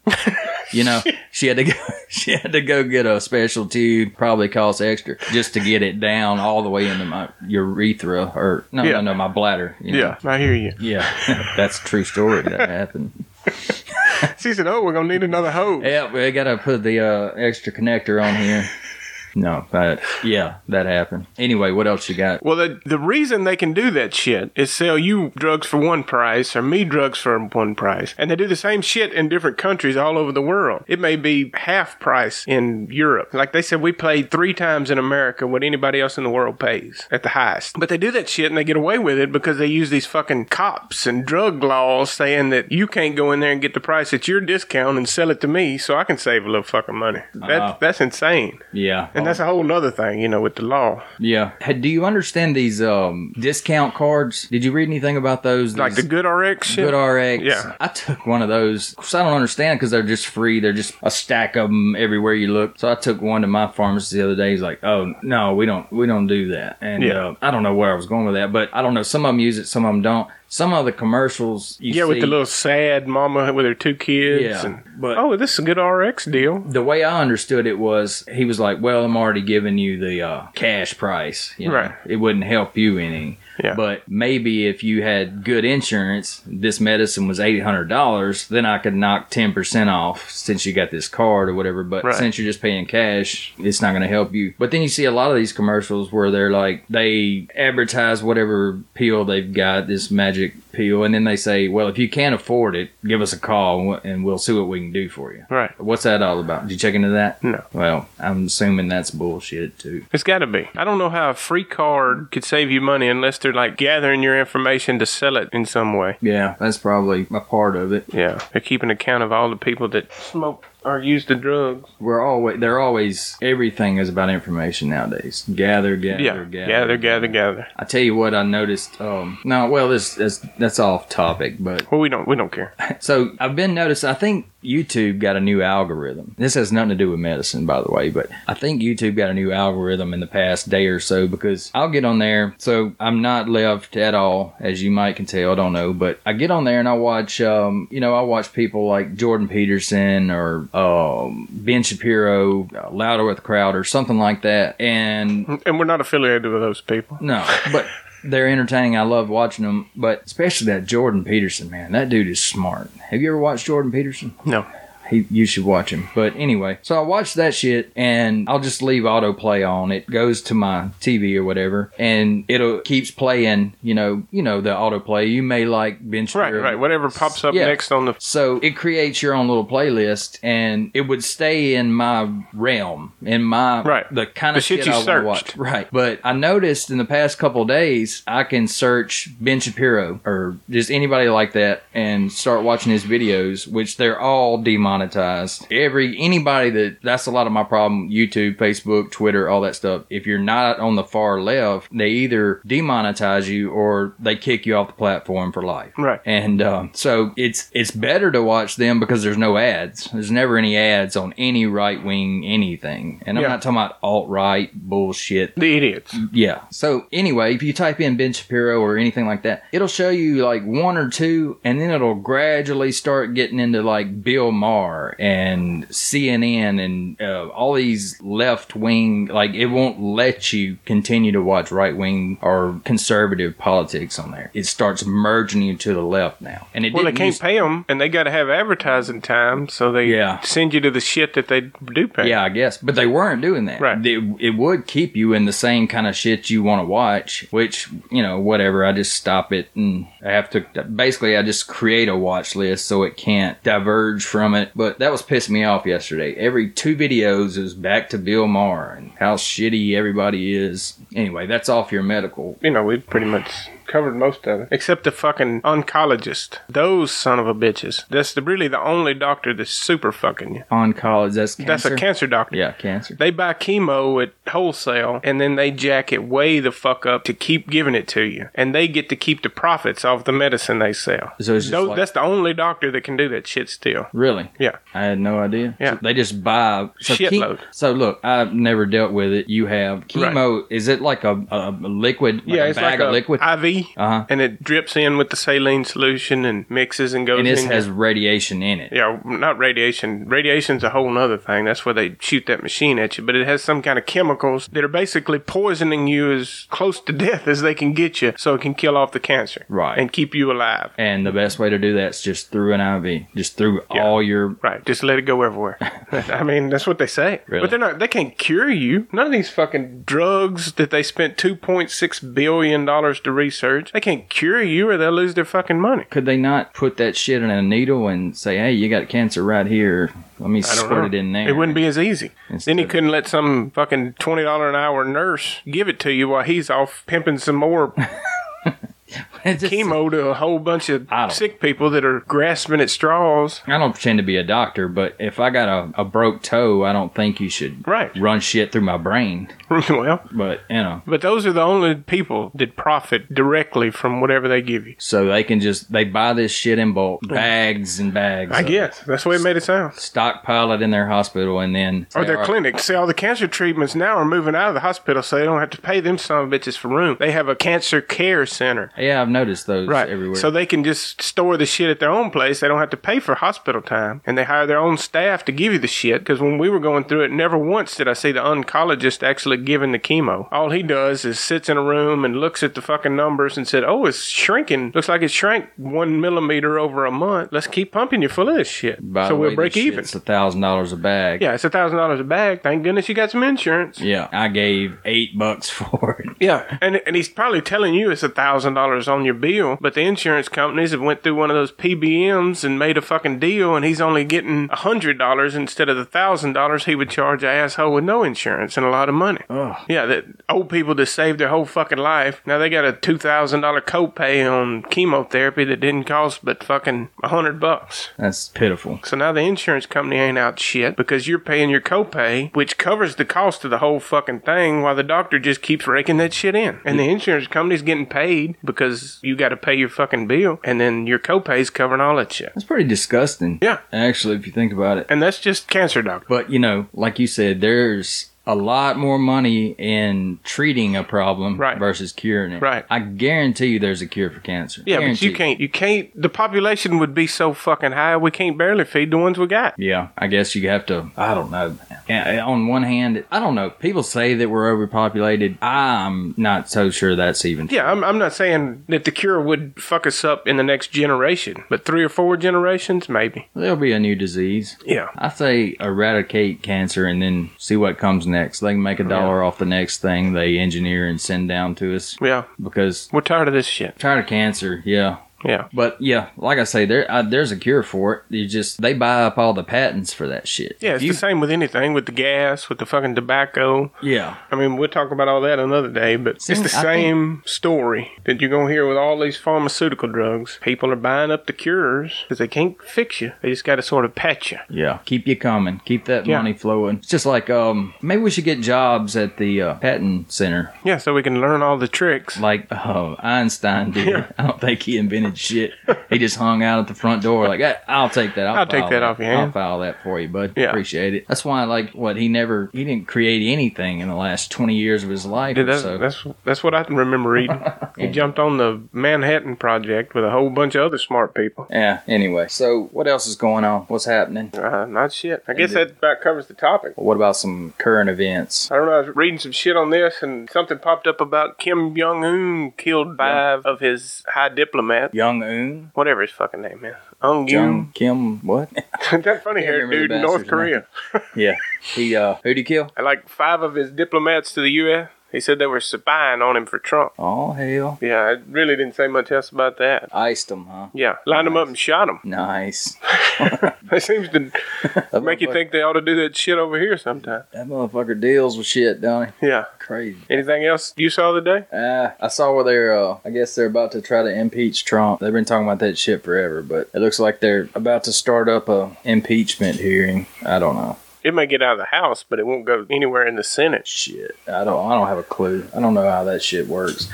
Speaker 1: You know, she had to go. She had to go get a special tube. Probably cost extra just to get it down all the way into my urethra or no,
Speaker 2: Yeah.
Speaker 1: no, no, my bladder. you know.
Speaker 2: Yeah, I hear you.
Speaker 1: yeah, that's a true story that happened.
Speaker 2: She said, "Oh, we're gonna need another hose."
Speaker 1: Yeah, we gotta put the uh, extra connector on here. No, that yeah, that happened. Anyway, what else you got?
Speaker 2: Well, the, the reason they can do that shit is sell you drugs for one price or me drugs for one price. And they do the same shit in different countries all over the world. It may be half price in Europe. Like they said, we pay three times in America what anybody else in the world pays at the highest. But they do that shit and they get away with it because they use these fucking cops and drug laws saying that you can't go in there and get the price at your discount and sell it to me so I can save a little fucking money.
Speaker 1: Uh-huh.
Speaker 2: That, that's insane.
Speaker 1: Yeah,
Speaker 2: And that's a whole nother thing, you know, with the law.
Speaker 1: yeah. Hey, Do you understand these um, discount cards? Did you read anything about those?
Speaker 2: Like the
Speaker 1: These-
Speaker 2: good RX shit.
Speaker 1: Good RX.
Speaker 2: Yeah.
Speaker 1: I took one of those. Of course, I don't understand because they're just free. They're just a stack of them everywhere you look. So I took one to my pharmacist the other day. He's like, "Oh no, we don't, we don't do that." And
Speaker 2: Yeah.
Speaker 1: uh, I don't know where I was going with that, but I don't know. Some of them use it, some of them don't. Some of the commercials, you
Speaker 2: Yeah, with the
Speaker 1: see-
Speaker 2: little sad mama with her two kids.
Speaker 1: Yeah,
Speaker 2: and,
Speaker 1: but-
Speaker 2: oh, this is a good RX deal.
Speaker 1: the way I understood it was he was like, "Well, I'm already giving you the uh, cash price. You know,
Speaker 2: Right.
Speaker 1: It wouldn't help you any.
Speaker 2: Yeah.
Speaker 1: But maybe if you had good insurance, this medicine was eight hundred dollars. Then I could knock ten percent off since you got this card or whatever. But
Speaker 2: Right.
Speaker 1: since you're just paying cash, it's not going to help you. But then you see a lot of these commercials where they're like they advertise whatever pill they've got, this magic pill, and then they say, "Well, if you can't afford it, give us a call and we- and we'll see what we can do for you."
Speaker 2: Right.
Speaker 1: What's that all about? Did you check into that?
Speaker 2: No.
Speaker 1: Well, I'm assuming that's bullshit too.
Speaker 2: It's got to be. I don't know how a free card could save you money unless they're like gathering your information to sell it in some way.
Speaker 1: Yeah, that's probably a part of it.
Speaker 2: Yeah. They're keeping account of all the people that smoke or use the drugs.
Speaker 1: We're always they're always everything is about information nowadays. Gather, gather,
Speaker 2: Yeah.
Speaker 1: gather.
Speaker 2: Gather, gather, gather.
Speaker 1: I tell you what, I noticed. Um, no, well, this that's that's off topic, but
Speaker 2: Well, we don't we don't care.
Speaker 1: so I've been noticing. I think YouTube got a new algorithm. This has nothing to do with medicine, by the way, but I think YouTube got a new algorithm in the past day or so because I'll get on there. So I'm not left at all, as you might can tell. I don't know, but I get on there and I watch. Um, you know, I watch people like Jordan Peterson or um, Ben Shapiro, uh, Louder with the Crowd, or something like that, and
Speaker 2: And we're not affiliated with those people.
Speaker 1: no, but they're entertaining. I love watching them, but especially that Jordan Peterson man. That dude is smart. Have you ever watched Jordan Peterson?
Speaker 2: No.
Speaker 1: He, you should watch him. But anyway, so I watched that shit, and I'll just leave autoplay on. It goes to my TV or whatever, and it'll keeps playing. You know, you know the autoplay. You may like Ben
Speaker 2: Right,
Speaker 1: Shapiro.
Speaker 2: right. Whatever pops up
Speaker 1: Yeah.
Speaker 2: next on the.
Speaker 1: So it creates your own little playlist, and it would stay in my realm, in my
Speaker 2: Right.
Speaker 1: the kind of
Speaker 2: The shit
Speaker 1: shit,
Speaker 2: you
Speaker 1: I
Speaker 2: searched.
Speaker 1: want to watch. Right. But I noticed in the past couple of days, I can search Ben Shapiro or just anybody like that and start watching his videos, which they're all demonetized. Every anybody that that's a lot of my problem. YouTube, Facebook, Twitter, all that stuff. If you're not on the far left, they either demonetize you or they kick you off the platform for life.
Speaker 2: Right.
Speaker 1: And um, so it's it's better to watch them because there's no ads. There's never any ads on any right wing anything. And I'm
Speaker 2: Yeah.
Speaker 1: not talking about alt right bullshit.
Speaker 2: The idiots.
Speaker 1: Yeah. So anyway, if you type in Ben Shapiro or anything like that, it'll show you like one or two, and then it'll gradually start getting into like Bill Maher NPR and CNN and uh, all these left wing, like it won't let you continue to watch right wing or conservative politics on there. It starts merging you to the left now. And it
Speaker 2: Well, they
Speaker 1: didn't
Speaker 2: can't
Speaker 1: used-
Speaker 2: pay them, and they got to have advertising time, so they
Speaker 1: Yeah.
Speaker 2: send you to the shit that they do pay.
Speaker 1: Yeah, I guess. But they weren't doing that.
Speaker 2: Right.
Speaker 1: They- It, would keep you in the same kind of shit you want to watch, which, you know, whatever. I just stop it and I have to basically, I just create a watch list so it can't diverge from it. But that was pissing me off yesterday. Every two videos is back to Bill Maher and how shitty everybody is. Anyway, that's off your medical.
Speaker 2: You know, we've pretty much covered most of it, except the fucking oncologist. Those son of a bitches. That's the, really the only doctor that's super fucking you.
Speaker 1: On college, that's cancer.
Speaker 2: That's a cancer doctor.
Speaker 1: Yeah, cancer.
Speaker 2: They buy chemo at wholesale and then they jack it way the fuck up to keep giving it to you. And they get to keep the profits off the medicine they sell.
Speaker 1: So it's just
Speaker 2: Tho-
Speaker 1: like-
Speaker 2: that's the only doctor that can do that shit still.
Speaker 1: Really?
Speaker 2: Yeah.
Speaker 1: I had no idea.
Speaker 2: Yeah.
Speaker 1: So they just buy so ke-
Speaker 2: Shitload.
Speaker 1: so look, I've never dealt with it. You have chemo. Is it like a, a liquid? Like
Speaker 2: yeah,
Speaker 1: a
Speaker 2: it's
Speaker 1: bag
Speaker 2: like a
Speaker 1: of liquid,
Speaker 2: IV,
Speaker 1: Uh-huh.
Speaker 2: and it drips in with the saline solution and mixes and goes.
Speaker 1: and this
Speaker 2: in
Speaker 1: has radiation in it.
Speaker 2: yeah, not radiation. Radiation's a whole nother thing. That's where they shoot that machine at you. But it has some kind of chemicals that are basically poisoning you as close to death as they can get you, so it can kill off the cancer,
Speaker 1: Right.
Speaker 2: and keep you alive.
Speaker 1: And the best way to do that's just through an IV, just through all your.
Speaker 2: Right, just let it go everywhere. I mean, that's what they say.
Speaker 1: Really?
Speaker 2: But they're not. They can't cure you. None of these fucking drugs that they spent two point six billion dollars to research, they can't cure you, or they'll lose their fucking money.
Speaker 1: Could they not put that shit in a needle and say, "Hey, you got cancer right here. Let me
Speaker 2: I don't
Speaker 1: squirt it
Speaker 2: know.
Speaker 1: in there."
Speaker 2: It wouldn't be as easy.
Speaker 1: Instead
Speaker 2: then he
Speaker 1: of-
Speaker 2: couldn't let some fucking twenty dollar an hour nurse give it to you while he's off pimping some more
Speaker 1: It's just-
Speaker 2: chemo to a whole bunch of
Speaker 1: I don't-
Speaker 2: sick people that are grasping at straws.
Speaker 1: I don't pretend to be a doctor, but if I got a, a broke toe, I don't think you should
Speaker 2: Right.
Speaker 1: run shit through my brain.
Speaker 2: well,
Speaker 1: But you know,
Speaker 2: but those are the only people that profit directly from whatever they give you.
Speaker 1: So they can just they buy this shit in bulk, bags and bags.
Speaker 2: Mm. I
Speaker 1: of it,
Speaker 2: guess that's the way it made it sound.
Speaker 1: stockpile it in their hospital and then
Speaker 2: Or their
Speaker 1: All right,
Speaker 2: clinic. See, all the cancer treatments now are moving out of the hospital, so they don't have to pay them some bitches for room. They have a cancer care center.
Speaker 1: Yeah, I've noticed those
Speaker 2: Right.
Speaker 1: everywhere.
Speaker 2: So they can just store the shit at their own place. They don't have to pay for hospital time. And they hire their own staff to give you the shit. Because when we were going through it, never once did I see the oncologist actually giving the chemo. All he does is sits in a room and looks at the fucking numbers and said, Oh, it's shrinking. Looks like it shrank one millimeter over a month. Let's keep pumping you full of this shit.
Speaker 1: By
Speaker 2: so
Speaker 1: the
Speaker 2: we'll
Speaker 1: way,
Speaker 2: break
Speaker 1: this
Speaker 2: even.
Speaker 1: It's a thousand dollars a bag.
Speaker 2: Yeah, it's a thousand dollars a bag. Thank goodness you got some insurance.
Speaker 1: Yeah, I gave eight bucks for it.
Speaker 2: Yeah, and and he's probably telling you it's a thousand dollars on your bill, but the insurance companies have went through one of those PBMs and made a fucking deal, and he's only getting a hundred dollars instead of the thousand dollars he would charge an asshole with no insurance and a lot of money. Yeah, that old people that saved their whole fucking life now they got a two thousand dollar copay on chemotherapy that didn't cost but fucking a hundred bucks.
Speaker 1: That's pitiful.
Speaker 2: So now the insurance company ain't out shit because you're paying your copay, which covers the cost of the whole fucking thing, while the doctor just keeps raking that shit in. And the insurance company's getting paid because you got to pay your fucking bill, and then your copay's covering all that shit.
Speaker 1: That's pretty disgusting.
Speaker 2: Yeah.
Speaker 1: Actually, if you think about it.
Speaker 2: And that's just cancer doctor.
Speaker 1: But you know, like you said, there's a lot more money in treating a problem
Speaker 2: Right.
Speaker 1: versus curing it.
Speaker 2: Right.
Speaker 1: I guarantee you there's a cure for cancer.
Speaker 2: Yeah, but you
Speaker 1: Guaranteed.
Speaker 2: can't. You can't. The population would be so fucking high, we can't barely feed the ones we got.
Speaker 1: Yeah, I guess you have to. I don't know. Yeah, On one hand, I don't know. People say that we're overpopulated. I'm not so sure that's even.
Speaker 2: Yeah, I'm, I'm not saying that the cure would fuck us up in the next generation, but three or four generations, maybe.
Speaker 1: There'll be a new disease.
Speaker 2: Yeah.
Speaker 1: I say eradicate cancer and then see what comes next. They can make a dollar off the next thing they engineer and send down to us
Speaker 2: Yeah.
Speaker 1: because
Speaker 2: We're tired of this shit.
Speaker 1: tired of cancer. Yeah.
Speaker 2: Yeah.
Speaker 1: But yeah, like I say, there uh, there's a cure for it. You just they buy up all the patents for that shit.
Speaker 2: Yeah,
Speaker 1: If
Speaker 2: it's
Speaker 1: you,
Speaker 2: the same with anything, with the gas, with the fucking tobacco.
Speaker 1: yeah.
Speaker 2: I mean, we'll talk about all that another day, but
Speaker 1: See,
Speaker 2: it's the
Speaker 1: I think-
Speaker 2: same story that you're going to hear with all these pharmaceutical drugs. People are buying up the cures because they can't fix you. They just got to sort of pat you.
Speaker 1: Yeah, keep you coming. Keep that
Speaker 2: Yeah.
Speaker 1: money flowing. It's just like um, maybe we should get jobs at the uh, patent center, oh,
Speaker 2: Yeah, so we can learn all the tricks.
Speaker 1: like uh, Einstein did. I don't think he invented did shit. He just hung out at the front door like, "Ah, I'll take that. I'll,
Speaker 2: I'll take
Speaker 1: file
Speaker 2: that off your
Speaker 1: I'll
Speaker 2: hand."
Speaker 1: file that for you, bud.
Speaker 2: Yeah.
Speaker 1: Appreciate it. That's why, like, what he never, he didn't create anything in the last 20 years of his life. or
Speaker 2: Dude, that's,
Speaker 1: so.
Speaker 2: that's that's what I can remember reading. He jumped on the Manhattan Project with a whole bunch of other smart people.
Speaker 1: yeah. Anyway, so what else is going on? What's happening?
Speaker 2: Uh, not shit. I guess
Speaker 1: did-
Speaker 2: that about covers the topic.
Speaker 1: What about some current events?
Speaker 2: I don't know. I was reading some shit on this, and something popped up about Kim Jong Un killed five of his high diplomats.
Speaker 1: Young Un,
Speaker 2: Whatever his fucking name is. Ung
Speaker 1: Jung
Speaker 2: Yoon.
Speaker 1: Kim, what?
Speaker 2: that funny
Speaker 1: Can't
Speaker 2: hair
Speaker 1: remember the
Speaker 2: dude in North
Speaker 1: bastard's name.
Speaker 2: Korea.
Speaker 1: yeah, he uh, who'd he kill?
Speaker 2: And, Like five of his diplomats to the U.S. He said they were spying on him for Trump.
Speaker 1: Oh hell,
Speaker 2: Yeah, it really didn't say much else about that.
Speaker 1: iced him, huh?
Speaker 2: Yeah, lined him up and shot him.
Speaker 1: Nice.
Speaker 2: That seems to
Speaker 1: That
Speaker 2: make you
Speaker 1: motherfucker-
Speaker 2: think they ought to do that shit over here sometime.
Speaker 1: that motherfucker deals with shit, don't he?
Speaker 2: Yeah.
Speaker 1: Crazy.
Speaker 2: Anything else you saw today?
Speaker 1: Uh, I saw where they're. Uh, I guess they're about to try to impeach Trump. They've been talking about that shit forever, but it looks like they're about to start up a impeachment hearing. I don't know.
Speaker 2: It may get out of the House, but it won't go anywhere in the Senate.
Speaker 1: Shit, I don't. I don't have a clue. I don't know how that shit works.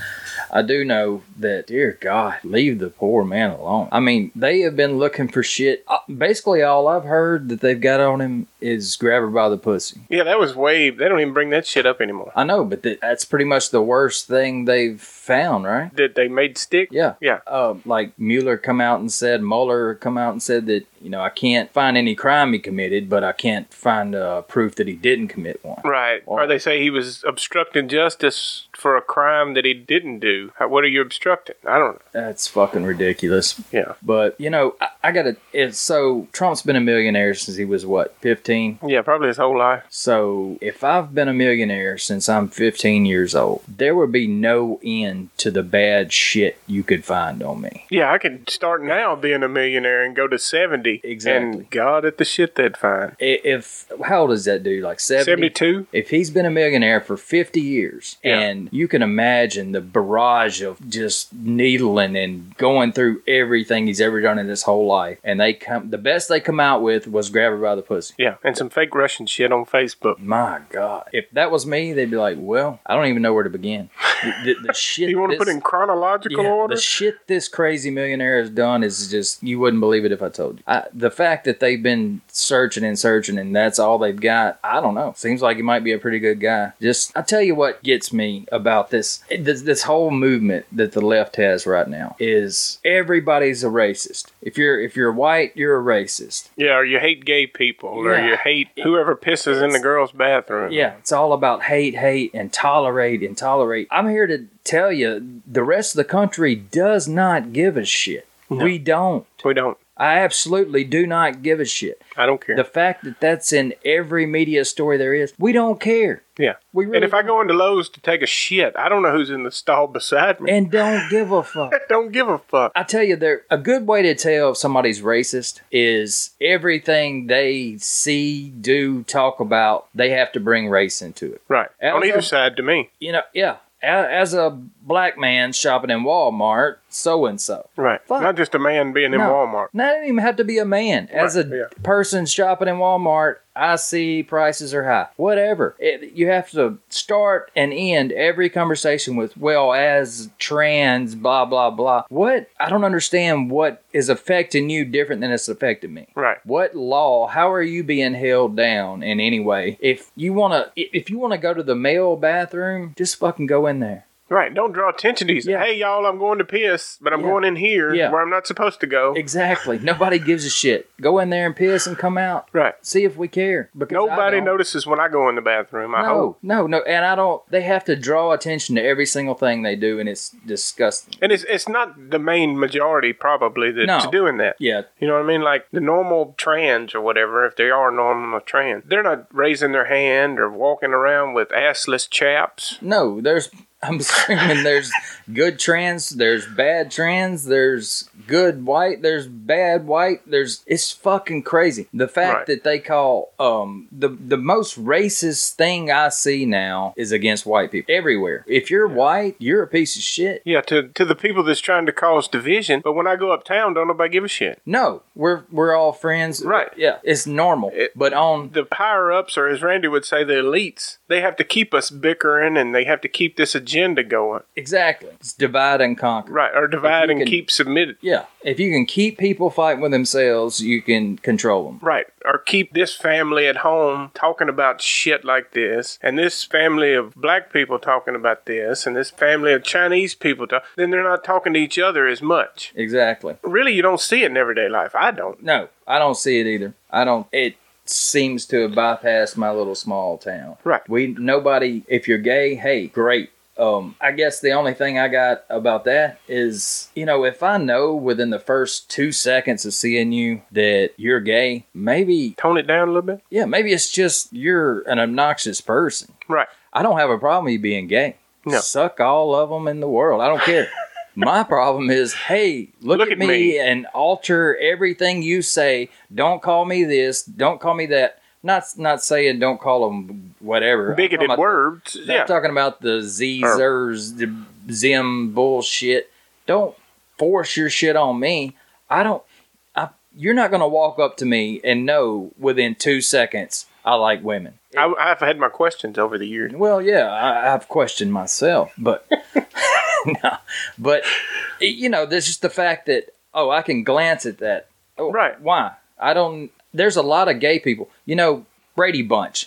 Speaker 1: I do know that, dear God, leave the poor man alone. I mean, they have been looking for shit. Uh, Basically, all I've heard that they've got on him is grab her by the pussy.
Speaker 2: Yeah, that was way. They don't even bring that shit up anymore.
Speaker 1: I know, but th- that's pretty much the worst thing they've found, right?
Speaker 2: That they made stick.
Speaker 1: Yeah.
Speaker 2: Yeah.
Speaker 1: uh, like Mueller come out and said, Mueller come out and said that, you know, I can't find any crime he committed, but I can't find uh, proof that he didn't commit one.
Speaker 2: Right. Or they say he was obstructing justice for a crime that he didn't do. How- What are you obstructing? I don't know.
Speaker 1: That's fucking ridiculous.
Speaker 2: Yeah.
Speaker 1: But, you know, I, I gotta, it's so Trump's been a millionaire since he was what, 15?
Speaker 2: Yeah, probably his whole life.
Speaker 1: So if I've been a millionaire since I'm 15 years old, there would be no end to the bad shit you could find on me.
Speaker 2: Yeah, I could start now being a millionaire and go to 70.
Speaker 1: Exactly.
Speaker 2: And God at the shit they'd find.
Speaker 1: I- If, how old is that dude? Like 70?
Speaker 2: 72?
Speaker 1: if he's been a millionaire for 50 years
Speaker 2: Yeah.
Speaker 1: and you can imagine the barrage of just needling and going through everything he's ever done in his whole life and they come the best they come out with was grab her by the pussy
Speaker 2: Yeah. And some fake Russian shit on Facebook.
Speaker 1: my god if that was me they'd be like well i don't even know where to begin the, the, the shit
Speaker 2: You want to
Speaker 1: this-
Speaker 2: put in chronological
Speaker 1: yeah,
Speaker 2: order?
Speaker 1: The shit this crazy millionaire has done is just you wouldn't believe it if I told you. I, the fact that they've been searching and searching and that's all they've got, I don't know. Seems like he might be a pretty good guy. Just I tell you what gets me about this this, this whole movement that the left has right now is everybody's a racist. If you're if you're white, you're a racist.
Speaker 2: yeah, or you hate gay people, or
Speaker 1: Yeah.
Speaker 2: you hate whoever pisses in the girls' bathroom.
Speaker 1: Yeah, it's all about hate, hate, and tolerate and tolerate. I'm here to tell you the rest of the country does not give a shit. We don't.
Speaker 2: We don't.
Speaker 1: I absolutely do not give a shit.
Speaker 2: I don't care.
Speaker 1: The fact that that's in every media story there is, we don't care.
Speaker 2: yeah.
Speaker 1: We really
Speaker 2: and if I go into Lowe's to take a shit, I don't know who's in the stall beside me.
Speaker 1: and don't give a fuck.
Speaker 2: don't give a fuck.
Speaker 1: I tell you, there a good way to tell if somebody's racist is everything they see, do, talk about. They have to bring race into it.
Speaker 2: Right.
Speaker 1: And
Speaker 2: On
Speaker 1: also-
Speaker 2: either side to me.
Speaker 1: You know, yeah. a- As a black man shopping in Walmart, so and so.
Speaker 2: Right.
Speaker 1: Fuck.
Speaker 2: Not just a man being in
Speaker 1: No.
Speaker 2: Walmart.
Speaker 1: No, it didn't even have to be a man. As a
Speaker 2: Right, yeah.
Speaker 1: person shopping in Walmart, I see prices are high. Whatever. It, you have to start and end every conversation with, well, as trans, blah, blah, blah. What? I don't understand what is affecting you different than it's affecting me.
Speaker 2: Right.
Speaker 1: What law? How are you being held down in any way? If you wanna, if you wanna go to the male bathroom, just fucking go in there.
Speaker 2: Right. Don't draw attention to you. Say,
Speaker 1: Yeah.
Speaker 2: Hey, y'all, I'm going to piss, but I'm
Speaker 1: Yeah.
Speaker 2: going in here
Speaker 1: Yeah.
Speaker 2: where I'm not supposed to go.
Speaker 1: Exactly. Nobody gives a shit. Go in there and piss and come out.
Speaker 2: Right.
Speaker 1: See if we care. Because I
Speaker 2: Nobody
Speaker 1: don't.
Speaker 2: notices when I go in the bathroom. I
Speaker 1: No,
Speaker 2: hope.
Speaker 1: no, no, and I don't. They have to draw attention to every single thing they do, and it's disgusting.
Speaker 2: And it's it's not the main majority probably that's
Speaker 1: No.
Speaker 2: doing that.
Speaker 1: Yeah,
Speaker 2: You know what I mean? Like the normal trans or whatever, if they are normal trans, they're not raising their hand or walking around with assless chaps.
Speaker 1: no, there's. I'm assuming there's good trans, there's bad trans, there's good white, there's bad white, there's it's fucking crazy. The fact
Speaker 2: Right.
Speaker 1: that they call um the the most racist thing I see now is against white people everywhere. If you're white, you're a piece of shit.
Speaker 2: Yeah, to to the people that's trying to cause division. But when I go uptown, don't nobody give a shit.
Speaker 1: No, we're we're all friends.
Speaker 2: Right.
Speaker 1: Yeah, it's normal.
Speaker 2: It-
Speaker 1: but on
Speaker 2: The higher ups, or as Randy would say, the elites, they have to keep us bickering and they have to keep this agenda going.
Speaker 1: Exactly. It's divide and conquer.
Speaker 2: Right, or divide
Speaker 1: you
Speaker 2: and
Speaker 1: can-
Speaker 2: keep submitted.
Speaker 1: Yeah. If you can keep people fighting with themselves, you can control them.
Speaker 2: Right, or keep this family at home talking about shit like this, and this family of black people talking about this, and this family of Chinese people talk. Then they're not talking to each other as much.
Speaker 1: Exactly.
Speaker 2: Really, you don't see it in everyday life. I don't.
Speaker 1: No, I don't see it either. I don't. It seems to have bypassed my little small town.
Speaker 2: Right.
Speaker 1: We nobody. If you're gay, hey, great. Um, I guess the only thing I got about that is, you know, if I know within the first two seconds of seeing you that you're gay, maybe,
Speaker 2: Tone it down a little bit.
Speaker 1: yeah, maybe it's just you're an obnoxious person.
Speaker 2: Right.
Speaker 1: I don't have a problem with you being gay.
Speaker 2: No.
Speaker 1: Suck all of them in the world. I don't care. My problem is, hey, look, at, me, and alter everything you say. Don't call me this. Don't call me that. Not not saying don't call them whatever. I'm
Speaker 2: Bigoted
Speaker 1: talking about
Speaker 2: words.
Speaker 1: the-
Speaker 2: yeah.
Speaker 1: I'm talking about the Z
Speaker 2: Or-
Speaker 1: zers, the Zim bullshit. Don't force your shit on me. I don't. I, you're not gonna walk up to me and know within two seconds I like women.
Speaker 2: I, I've had my questions over the years.
Speaker 1: Well, yeah, I, I've questioned myself, but no, but you know, there's just the fact that oh, I can glance at that. Oh,
Speaker 2: Right.
Speaker 1: Why? I don't. There's a lot of gay people. You know, Brady Bunch,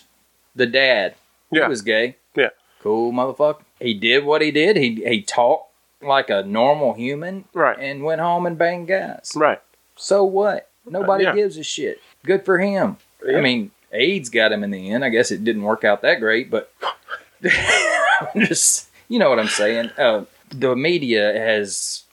Speaker 1: the dad,
Speaker 2: Yeah.
Speaker 1: he was gay.
Speaker 2: Yeah.
Speaker 1: Cool motherfucker. He did what he did. He he talked like a normal human.
Speaker 2: Right.
Speaker 1: And went home and banged guys.
Speaker 2: Right.
Speaker 1: So what? Nobody
Speaker 2: Yeah.
Speaker 1: gives a shit. Good for him.
Speaker 2: Yeah.
Speaker 1: I mean, AIDS got him in the end. I guess it didn't work out that great, but I'm just you know what I'm saying. Uh, the media has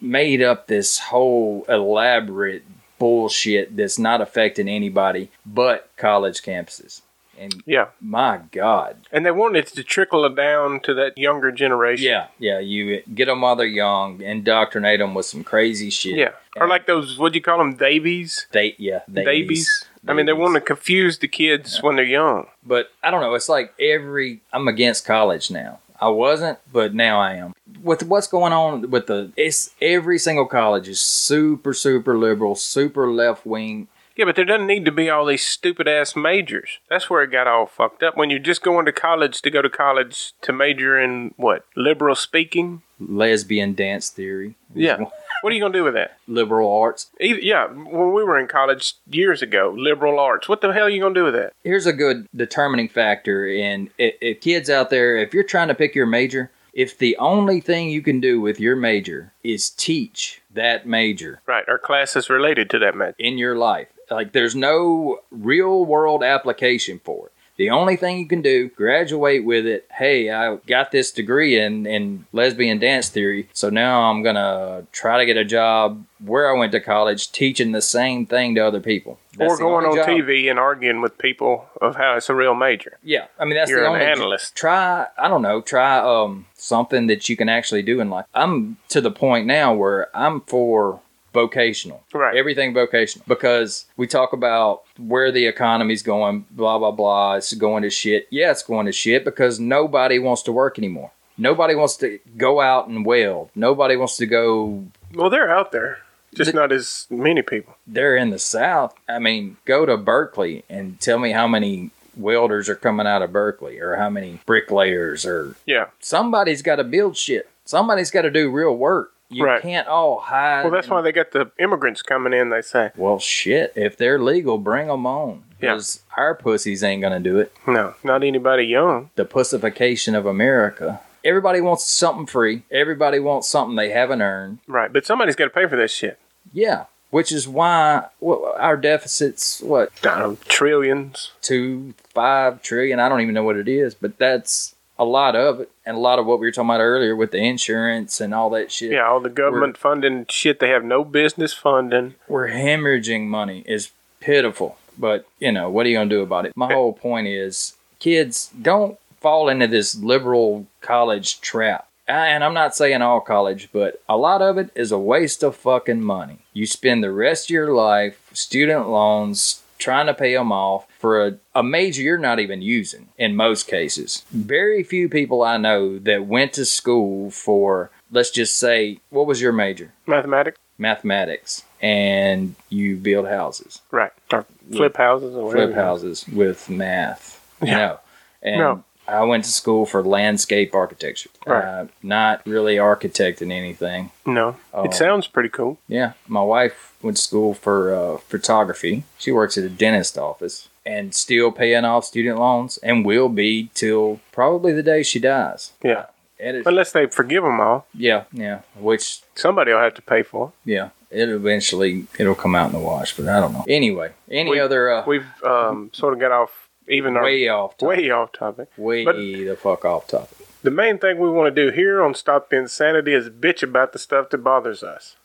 Speaker 1: made up this whole elaborate bullshit that's not affecting anybody but college campuses. And
Speaker 2: Yeah.
Speaker 1: my God,
Speaker 2: And they want it to trickle down to that younger generation.
Speaker 1: yeah, yeah, you get them while they're young, indoctrinate them with some crazy shit.
Speaker 2: Yeah. Or like those, what'd you call them? Babies?
Speaker 1: they, yeah,
Speaker 2: Babies. I mean, they
Speaker 1: Babies.
Speaker 2: want to confuse the kids when they're young.
Speaker 1: but I don't know. It's like every I'm against college now. I wasn't, but now I am. With what's going on with the it's every single college is super super liberal, super left wing.
Speaker 2: Yeah, but there doesn't need to be all these stupid ass majors. That's where it got all fucked up. When you're just going to college to go to college to major in what? Liberal speaking?
Speaker 1: Lesbian dance theory,
Speaker 2: Yeah. what are you going to do with that?
Speaker 1: liberal arts.
Speaker 2: Either, yeah, when we were in college years ago, liberal arts. What the hell are you going to do with that?
Speaker 1: Here's a good determining factor. And i- if kids out there, if you're trying to pick your major, if the only thing you can do with your major is teach that major,
Speaker 2: Right. Our class is related to that major.
Speaker 1: in your life. Like there's no real world application for it. The only thing you can do, graduate with it. Hey, I got this degree in, in lesbian dance theory, so now I'm gonna try to get a job where I went to college, teaching the same thing to other people. That's
Speaker 2: Or
Speaker 1: the
Speaker 2: going on
Speaker 1: only job.
Speaker 2: TV and arguing with people of how it's a real major.
Speaker 1: Yeah, I mean that's
Speaker 2: You're
Speaker 1: the
Speaker 2: an
Speaker 1: only
Speaker 2: analyst.
Speaker 1: Try I don't know, try um something that you can actually do in life. I'm to the point now where I'm for vocational.
Speaker 2: Right.
Speaker 1: Everything vocational because we talk about where the economy's going, blah blah blah, it's going to shit. Yeah, it's going to shit because nobody wants to work anymore. Nobody wants to go out and weld. Nobody wants to go
Speaker 2: Well, they're out there, just not as many people.
Speaker 1: they're in the South. I mean, go to Berkeley and tell me how many welders are coming out of Berkeley or how many bricklayers or
Speaker 2: Yeah.
Speaker 1: somebody's got to build shit. Somebody's got to do real work. You
Speaker 2: Right.
Speaker 1: can't all hide.
Speaker 2: Well, that's why they got the immigrants coming in, they say.
Speaker 1: Well, shit. If they're legal, bring them on.
Speaker 2: Yeah.
Speaker 1: Because our pussies ain't going to do it.
Speaker 2: No, not anybody young.
Speaker 1: The pussification of America. Everybody wants something free. Everybody wants something they haven't earned.
Speaker 2: Right. But somebody's got to pay for this shit.
Speaker 1: Yeah. Which is why well, our deficit's what
Speaker 2: Um, trillions.
Speaker 1: two, five trillion. I don't even know what it is, but that's a lot of it, and a lot of what we were talking about earlier with the insurance and all that shit.
Speaker 2: Yeah, all the government funding shit. They have no business funding.
Speaker 1: We're hemorrhaging money. It's pitiful, but you know what are you gonna do about it? My whole point is, kids, don't fall into this liberal college trap. And I'm not saying all college, but a lot of it is a waste of fucking money. You spend the rest of your life student loans trying to pay them off for a, a major you're not even using in most cases. Very few people I know that went to school for, let's just say, what was your major?
Speaker 2: Mathematics.
Speaker 1: mathematics and you build houses,
Speaker 2: Right. Or flip houses or whatever.
Speaker 1: flip houses with math.
Speaker 2: Yeah.
Speaker 1: No. And
Speaker 2: No.
Speaker 1: I went to school for landscape architecture.
Speaker 2: Right.
Speaker 1: Uh, not really architecting anything.
Speaker 2: No,
Speaker 1: Oh.
Speaker 2: it sounds pretty cool.
Speaker 1: Yeah, my wife went to school for uh, photography. She works at a dentist office and still paying off student loans and will be till probably the day she dies.
Speaker 2: Yeah,
Speaker 1: It is,
Speaker 2: unless they forgive them all,
Speaker 1: yeah, yeah. Which
Speaker 2: somebody will have to pay for.
Speaker 1: yeah, it eventually it'll come out in the wash, but I don't know. Anyway, any
Speaker 2: We-
Speaker 1: other uh,
Speaker 2: it. We've um, sort of got off even our way,
Speaker 1: way off topic,
Speaker 2: off topic.
Speaker 1: way
Speaker 2: but-
Speaker 1: the fuck off topic.
Speaker 2: The main thing we want to do here on Stop the Insanity is bitch about the stuff that bothers us.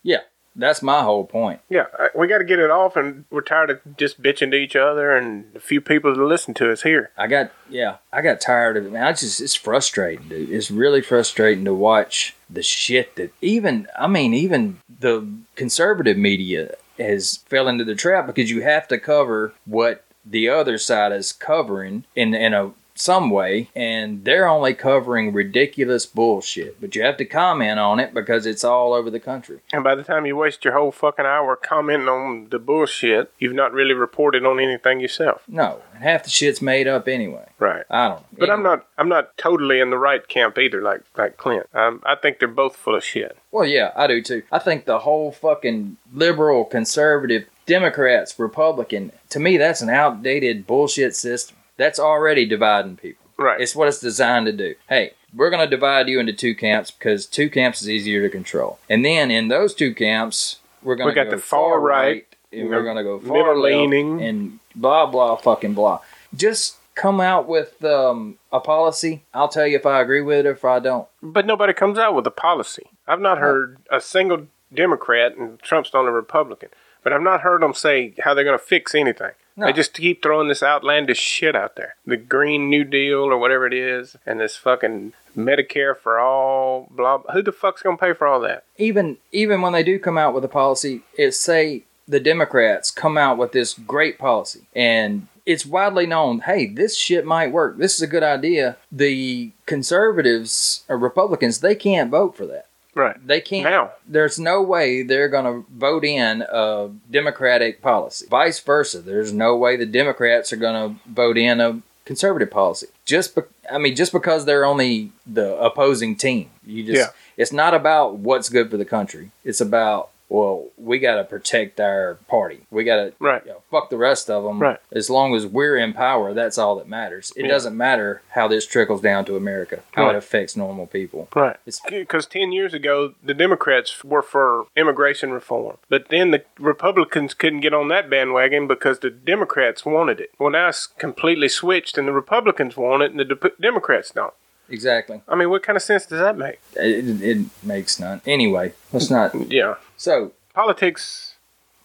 Speaker 1: That's my whole point.
Speaker 2: Yeah, I- we got to get it off, and we're tired of just bitching to each other and the few people that listen to us here.
Speaker 1: I got yeah, I got tired of it. Man, I just it's frustrating, dude. It's really frustrating to watch the shit that even I mean even the conservative media has fell into the trap because you have to cover what the other side is covering in in a some way and they're only covering ridiculous bullshit but you have to comment on it because it's all over the country
Speaker 2: And by the time you waste your whole fucking hour commenting on the bullshit, you've not really reported on anything yourself.
Speaker 1: no and half the shit's made up anyway
Speaker 2: Right.
Speaker 1: i don't know
Speaker 2: But I'm
Speaker 1: Anyway.
Speaker 2: not. I'm not totally in the right camp either. Like like Clint. Um, I think they're both full of shit.
Speaker 1: Well, yeah, I do too. I think the whole fucking liberal, conservative, Democrats, Republican, to me, that's an outdated bullshit system. That's already dividing people.
Speaker 2: Right.
Speaker 1: It's what it's designed to do. Hey, we're going to divide you into two camps because two camps is easier to control. And then in those two camps, we're going
Speaker 2: We
Speaker 1: to
Speaker 2: got
Speaker 1: go
Speaker 2: the far right,
Speaker 1: and we're going to go far
Speaker 2: middle
Speaker 1: left,
Speaker 2: leaning.
Speaker 1: and blah blah fucking blah. Just come out with um, a policy. I'll tell you if I agree with it or if I don't.
Speaker 2: But nobody comes out with a policy. I've not heard a single Democrat, and Trump's the only Republican, but I've not heard them say how they're going to fix anything.
Speaker 1: No.
Speaker 2: They just keep throwing this outlandish shit out there. The Green New Deal or whatever it is, and this fucking Medicare for all, blah. Who the fuck's going to pay for all that?
Speaker 1: even even when they do come out with a policy, it's say the Democrats come out with this great policy and it's widely known, hey, this shit might work. This is a good idea. The conservatives or Republicans, they can't vote for that.
Speaker 2: Right.
Speaker 1: They can't.
Speaker 2: Now.
Speaker 1: There's no way they're going to vote in a Democratic policy. Vice versa, there's no way the Democrats are going to vote in a conservative policy. Just, be- I mean, just because they're only the opposing team. You just,
Speaker 2: Yeah.
Speaker 1: it's not about what's good for the country. It's about well, we got to protect our party. We got to
Speaker 2: Right.
Speaker 1: you know, fuck the rest of them.
Speaker 2: Right.
Speaker 1: As long as we're in power, that's all that matters. It
Speaker 2: Yeah.
Speaker 1: doesn't matter how this trickles down to America, how
Speaker 2: Right.
Speaker 1: it affects normal people.
Speaker 2: Right.
Speaker 1: It's-
Speaker 2: Because 10 years ago, the Democrats were for immigration reform. But then the Republicans couldn't get on that bandwagon because the Democrats wanted it. Well, now it's completely switched, and the Republicans want it, and the De- Democrats don't.
Speaker 1: Exactly.
Speaker 2: I mean, what kind of sense does that make?
Speaker 1: It, it makes none. Anyway, let's not.
Speaker 2: Yeah.
Speaker 1: So
Speaker 2: Politics,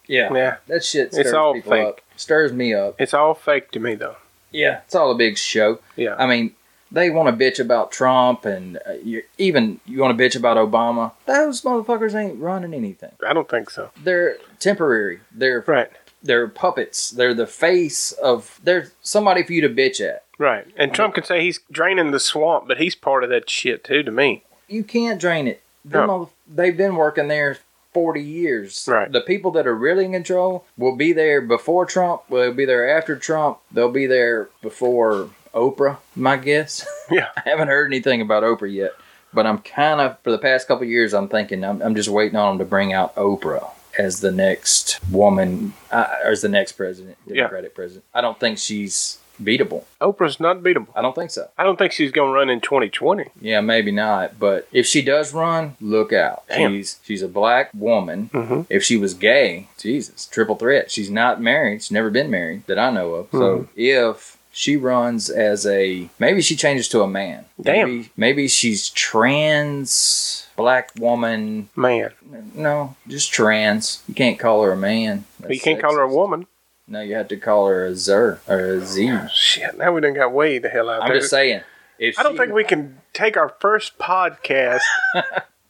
Speaker 1: yeah,
Speaker 2: yeah.
Speaker 1: that shit
Speaker 2: It's
Speaker 1: stirs
Speaker 2: all
Speaker 1: people
Speaker 2: fake.
Speaker 1: up. Stirs me up.
Speaker 2: It's all fake to me, though.
Speaker 1: Yeah, it's all a big show.
Speaker 2: Yeah.
Speaker 1: I mean, they want to bitch about Trump, and uh, you, even you want to bitch about Obama. Those motherfuckers ain't running anything.
Speaker 2: I don't think so.
Speaker 1: They're temporary. They're
Speaker 2: Right.
Speaker 1: they're puppets. They're the face of. They're somebody for you to bitch at.
Speaker 2: Right. And Trump can say he's draining the swamp, but he's part of that shit, too, to me.
Speaker 1: You can't drain it. Them
Speaker 2: No.
Speaker 1: mother- they've been working there forty years.
Speaker 2: Right.
Speaker 1: The people that are really in control will be there before Trump. Will be there after Trump. They'll be there before Oprah. My guess.
Speaker 2: Yeah.
Speaker 1: I haven't heard anything about Oprah yet, but I'm kind of for the past couple of years. I'm thinking I'm, I'm just waiting on them to bring out Oprah as the next woman, uh, or as the next president,
Speaker 2: Yeah.
Speaker 1: Democratic president. I don't think she's beatable.
Speaker 2: Oprah's not beatable.
Speaker 1: I don't think so.
Speaker 2: I don't think she's going to run in 2020.
Speaker 1: Yeah, maybe not. But if she does run, look out.
Speaker 2: Damn.
Speaker 1: She's she's a black woman.
Speaker 2: Mhm.
Speaker 1: If she was gay, Jesus, triple threat. She's not married. She's never been married that I know of.
Speaker 2: Mm-hmm.
Speaker 1: So if she runs as a maybe she changes to a man.
Speaker 2: Damn.
Speaker 1: Maybe, maybe she's trans black woman.
Speaker 2: Man.
Speaker 1: No, just trans. You can't call her a man.
Speaker 2: But you can't call her a woman.
Speaker 1: No, you have to call her a zer or a z.
Speaker 2: Shit, now we done got way the hell out
Speaker 1: I'm
Speaker 2: there.
Speaker 1: just saying. If
Speaker 2: I don't
Speaker 1: she-
Speaker 2: think we can take our first podcast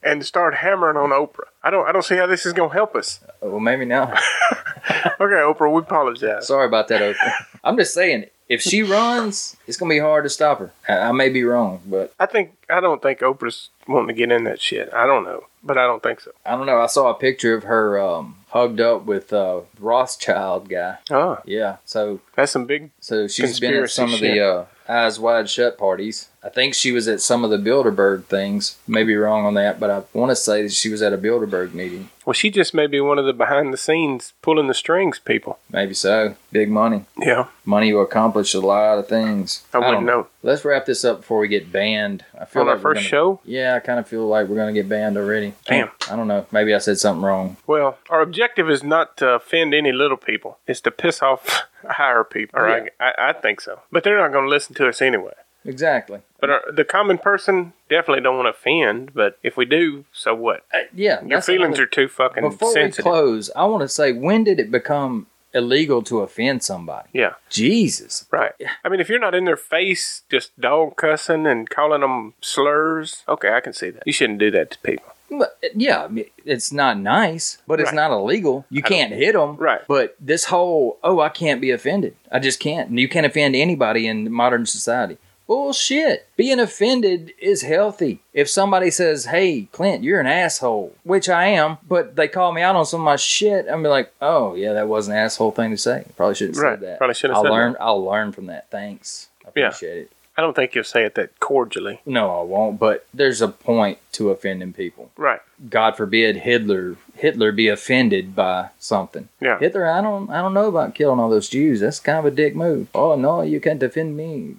Speaker 2: and start hammering on Oprah. I don't I don't see how this is gonna help us.
Speaker 1: Well, maybe not.
Speaker 2: Okay, Oprah, we apologize.
Speaker 1: Sorry about that, Oprah. I'm just saying, if she runs, it's gonna be hard to stop her. I, I may be wrong, but
Speaker 2: I think I don't think Oprah's wanting to get in that shit. I don't know. But I don't think so.
Speaker 1: I don't know. I saw a picture of her um, hugged up with uh, Rothschild guy.
Speaker 2: Oh,
Speaker 1: Yeah, so
Speaker 2: that's some big
Speaker 1: so she's been at
Speaker 2: Conspiracy
Speaker 1: some of the.
Speaker 2: shit.
Speaker 1: Uh, eyes wide shut parties. I think she was at some of the Bilderberg things. Maybe wrong on that, but I want to say that she was at a Bilderberg meeting.
Speaker 2: Well, she just may be one of the behind the scenes pulling the strings people.
Speaker 1: Maybe so. Big money.
Speaker 2: Yeah,
Speaker 1: Money will accomplish a lot of things.
Speaker 2: I,
Speaker 1: don't
Speaker 2: wouldn't know.
Speaker 1: Let's wrap this up before we get banned. I feel
Speaker 2: On
Speaker 1: like
Speaker 2: our
Speaker 1: we're
Speaker 2: first
Speaker 1: gonna-
Speaker 2: show,
Speaker 1: Yeah, I kind of feel like we're gonna get banned already.
Speaker 2: Damn.
Speaker 1: I don't know. Maybe I said something wrong.
Speaker 2: well, our objective is not to offend any little people. It's to piss off higher people. Or
Speaker 1: Yeah.
Speaker 2: I, I, I think so. But they're not going to listen to us anyway.
Speaker 1: Exactly.
Speaker 2: But our, the common person definitely don't want to offend. But if we do, so what?
Speaker 1: Uh, yeah.
Speaker 2: Your feelings are too fucking
Speaker 1: Before
Speaker 2: sensitive.
Speaker 1: we close, I want to say when did it become illegal to offend somebody?
Speaker 2: Yeah.
Speaker 1: Jesus.
Speaker 2: Right. I mean, if you're not in their face, just dog cussing and calling them slurs, okay, I can see that. You shouldn't do that to people.
Speaker 1: But, uh, Yeah, I mean, it's not nice, but it's
Speaker 2: Right.
Speaker 1: not illegal. You can't hit them.
Speaker 2: Right.
Speaker 1: But this whole, oh, I can't be offended. I just can't. And You can't offend anybody in modern society. Bullshit. Being offended is healthy. If somebody says, hey, Clint, you're an asshole, which I am, but they call me out on some of my shit, I'm be like, oh, yeah, that was an asshole thing to say. Probably shouldn't have
Speaker 2: Right.
Speaker 1: said that.
Speaker 2: Probably shouldn't have
Speaker 1: I'll
Speaker 2: said
Speaker 1: learn, I'll learn from that. Thanks. I
Speaker 2: Yeah.
Speaker 1: appreciate it.
Speaker 2: I don't think you'll say it that cordially.
Speaker 1: No, I won't, but there's a point to offending people.
Speaker 2: Right.
Speaker 1: God forbid Hitler Hitler be offended by something.
Speaker 2: Yeah.
Speaker 1: Hitler, I don't I don't know about killing all those Jews. That's kind of a dick move. Oh no, you can't defend me.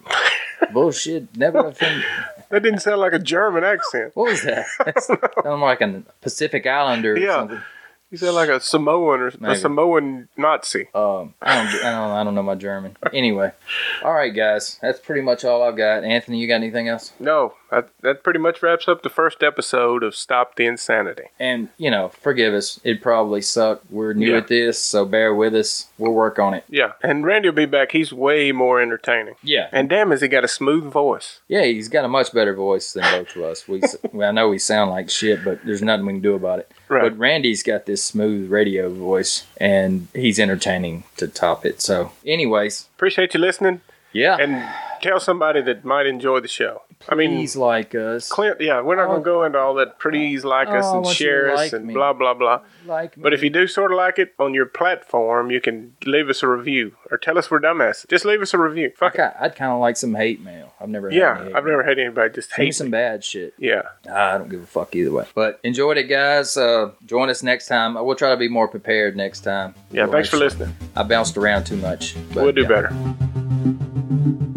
Speaker 1: Bullshit. Never offend.
Speaker 2: That didn't sound like a German accent.
Speaker 1: What was that? That's, sounded like a Pacific Islander. Or
Speaker 2: Yeah.
Speaker 1: Something.
Speaker 2: You sound like a Samoan or
Speaker 1: Maybe.
Speaker 2: a Samoan Nazi.
Speaker 1: Um, I don't, I don't I don't know my German. Anyway, all right, guys, that's pretty much all I've got. Anthony, you got anything else?
Speaker 2: No, I, that pretty much wraps up the first episode of Stop the Insanity.
Speaker 1: And you know, forgive us. It probably sucked. We're new
Speaker 2: Yeah.
Speaker 1: at this, so bear with us. We'll work on it.
Speaker 2: Yeah. And Randy will be back. He's way more entertaining.
Speaker 1: Yeah.
Speaker 2: And damn, has he got a smooth voice.
Speaker 1: Yeah, he's got a much better voice than both of us. We, well, I know we sound like shit, but there's nothing we can do about it.
Speaker 2: Right.
Speaker 1: But Randy's got this smooth radio voice, and he's entertaining to top it. So, anyways,
Speaker 2: Appreciate you listening.
Speaker 1: yeah,
Speaker 2: And tell somebody that might enjoy the show. I mean,
Speaker 1: please like us,
Speaker 2: Clint, yeah, we're not
Speaker 1: Oh.
Speaker 2: going to go into all that please like
Speaker 1: Oh,
Speaker 2: us
Speaker 1: I
Speaker 2: and
Speaker 1: want you to
Speaker 2: share us
Speaker 1: like
Speaker 2: and
Speaker 1: me.
Speaker 2: blah, blah, blah.
Speaker 1: like me.
Speaker 2: But if you do sort of like it on your platform, you can leave us a review or tell us we're dumbasses. Just leave us a review. Fuck it.
Speaker 1: Okay, I'd kind of like some hate mail. I've never, had
Speaker 2: Yeah,
Speaker 1: any hate
Speaker 2: I've
Speaker 1: mail.
Speaker 2: never had anybody just
Speaker 1: Send me
Speaker 2: hate
Speaker 1: some
Speaker 2: me.
Speaker 1: bad shit.
Speaker 2: Yeah,
Speaker 1: Ah, I don't give a fuck either way. But enjoyed it, guys. Uh, join us next time. I will try to be more prepared next time.
Speaker 2: yeah. Thanks for listening.
Speaker 1: I bounced around too much. but
Speaker 2: We'll do
Speaker 1: yeah.
Speaker 2: better.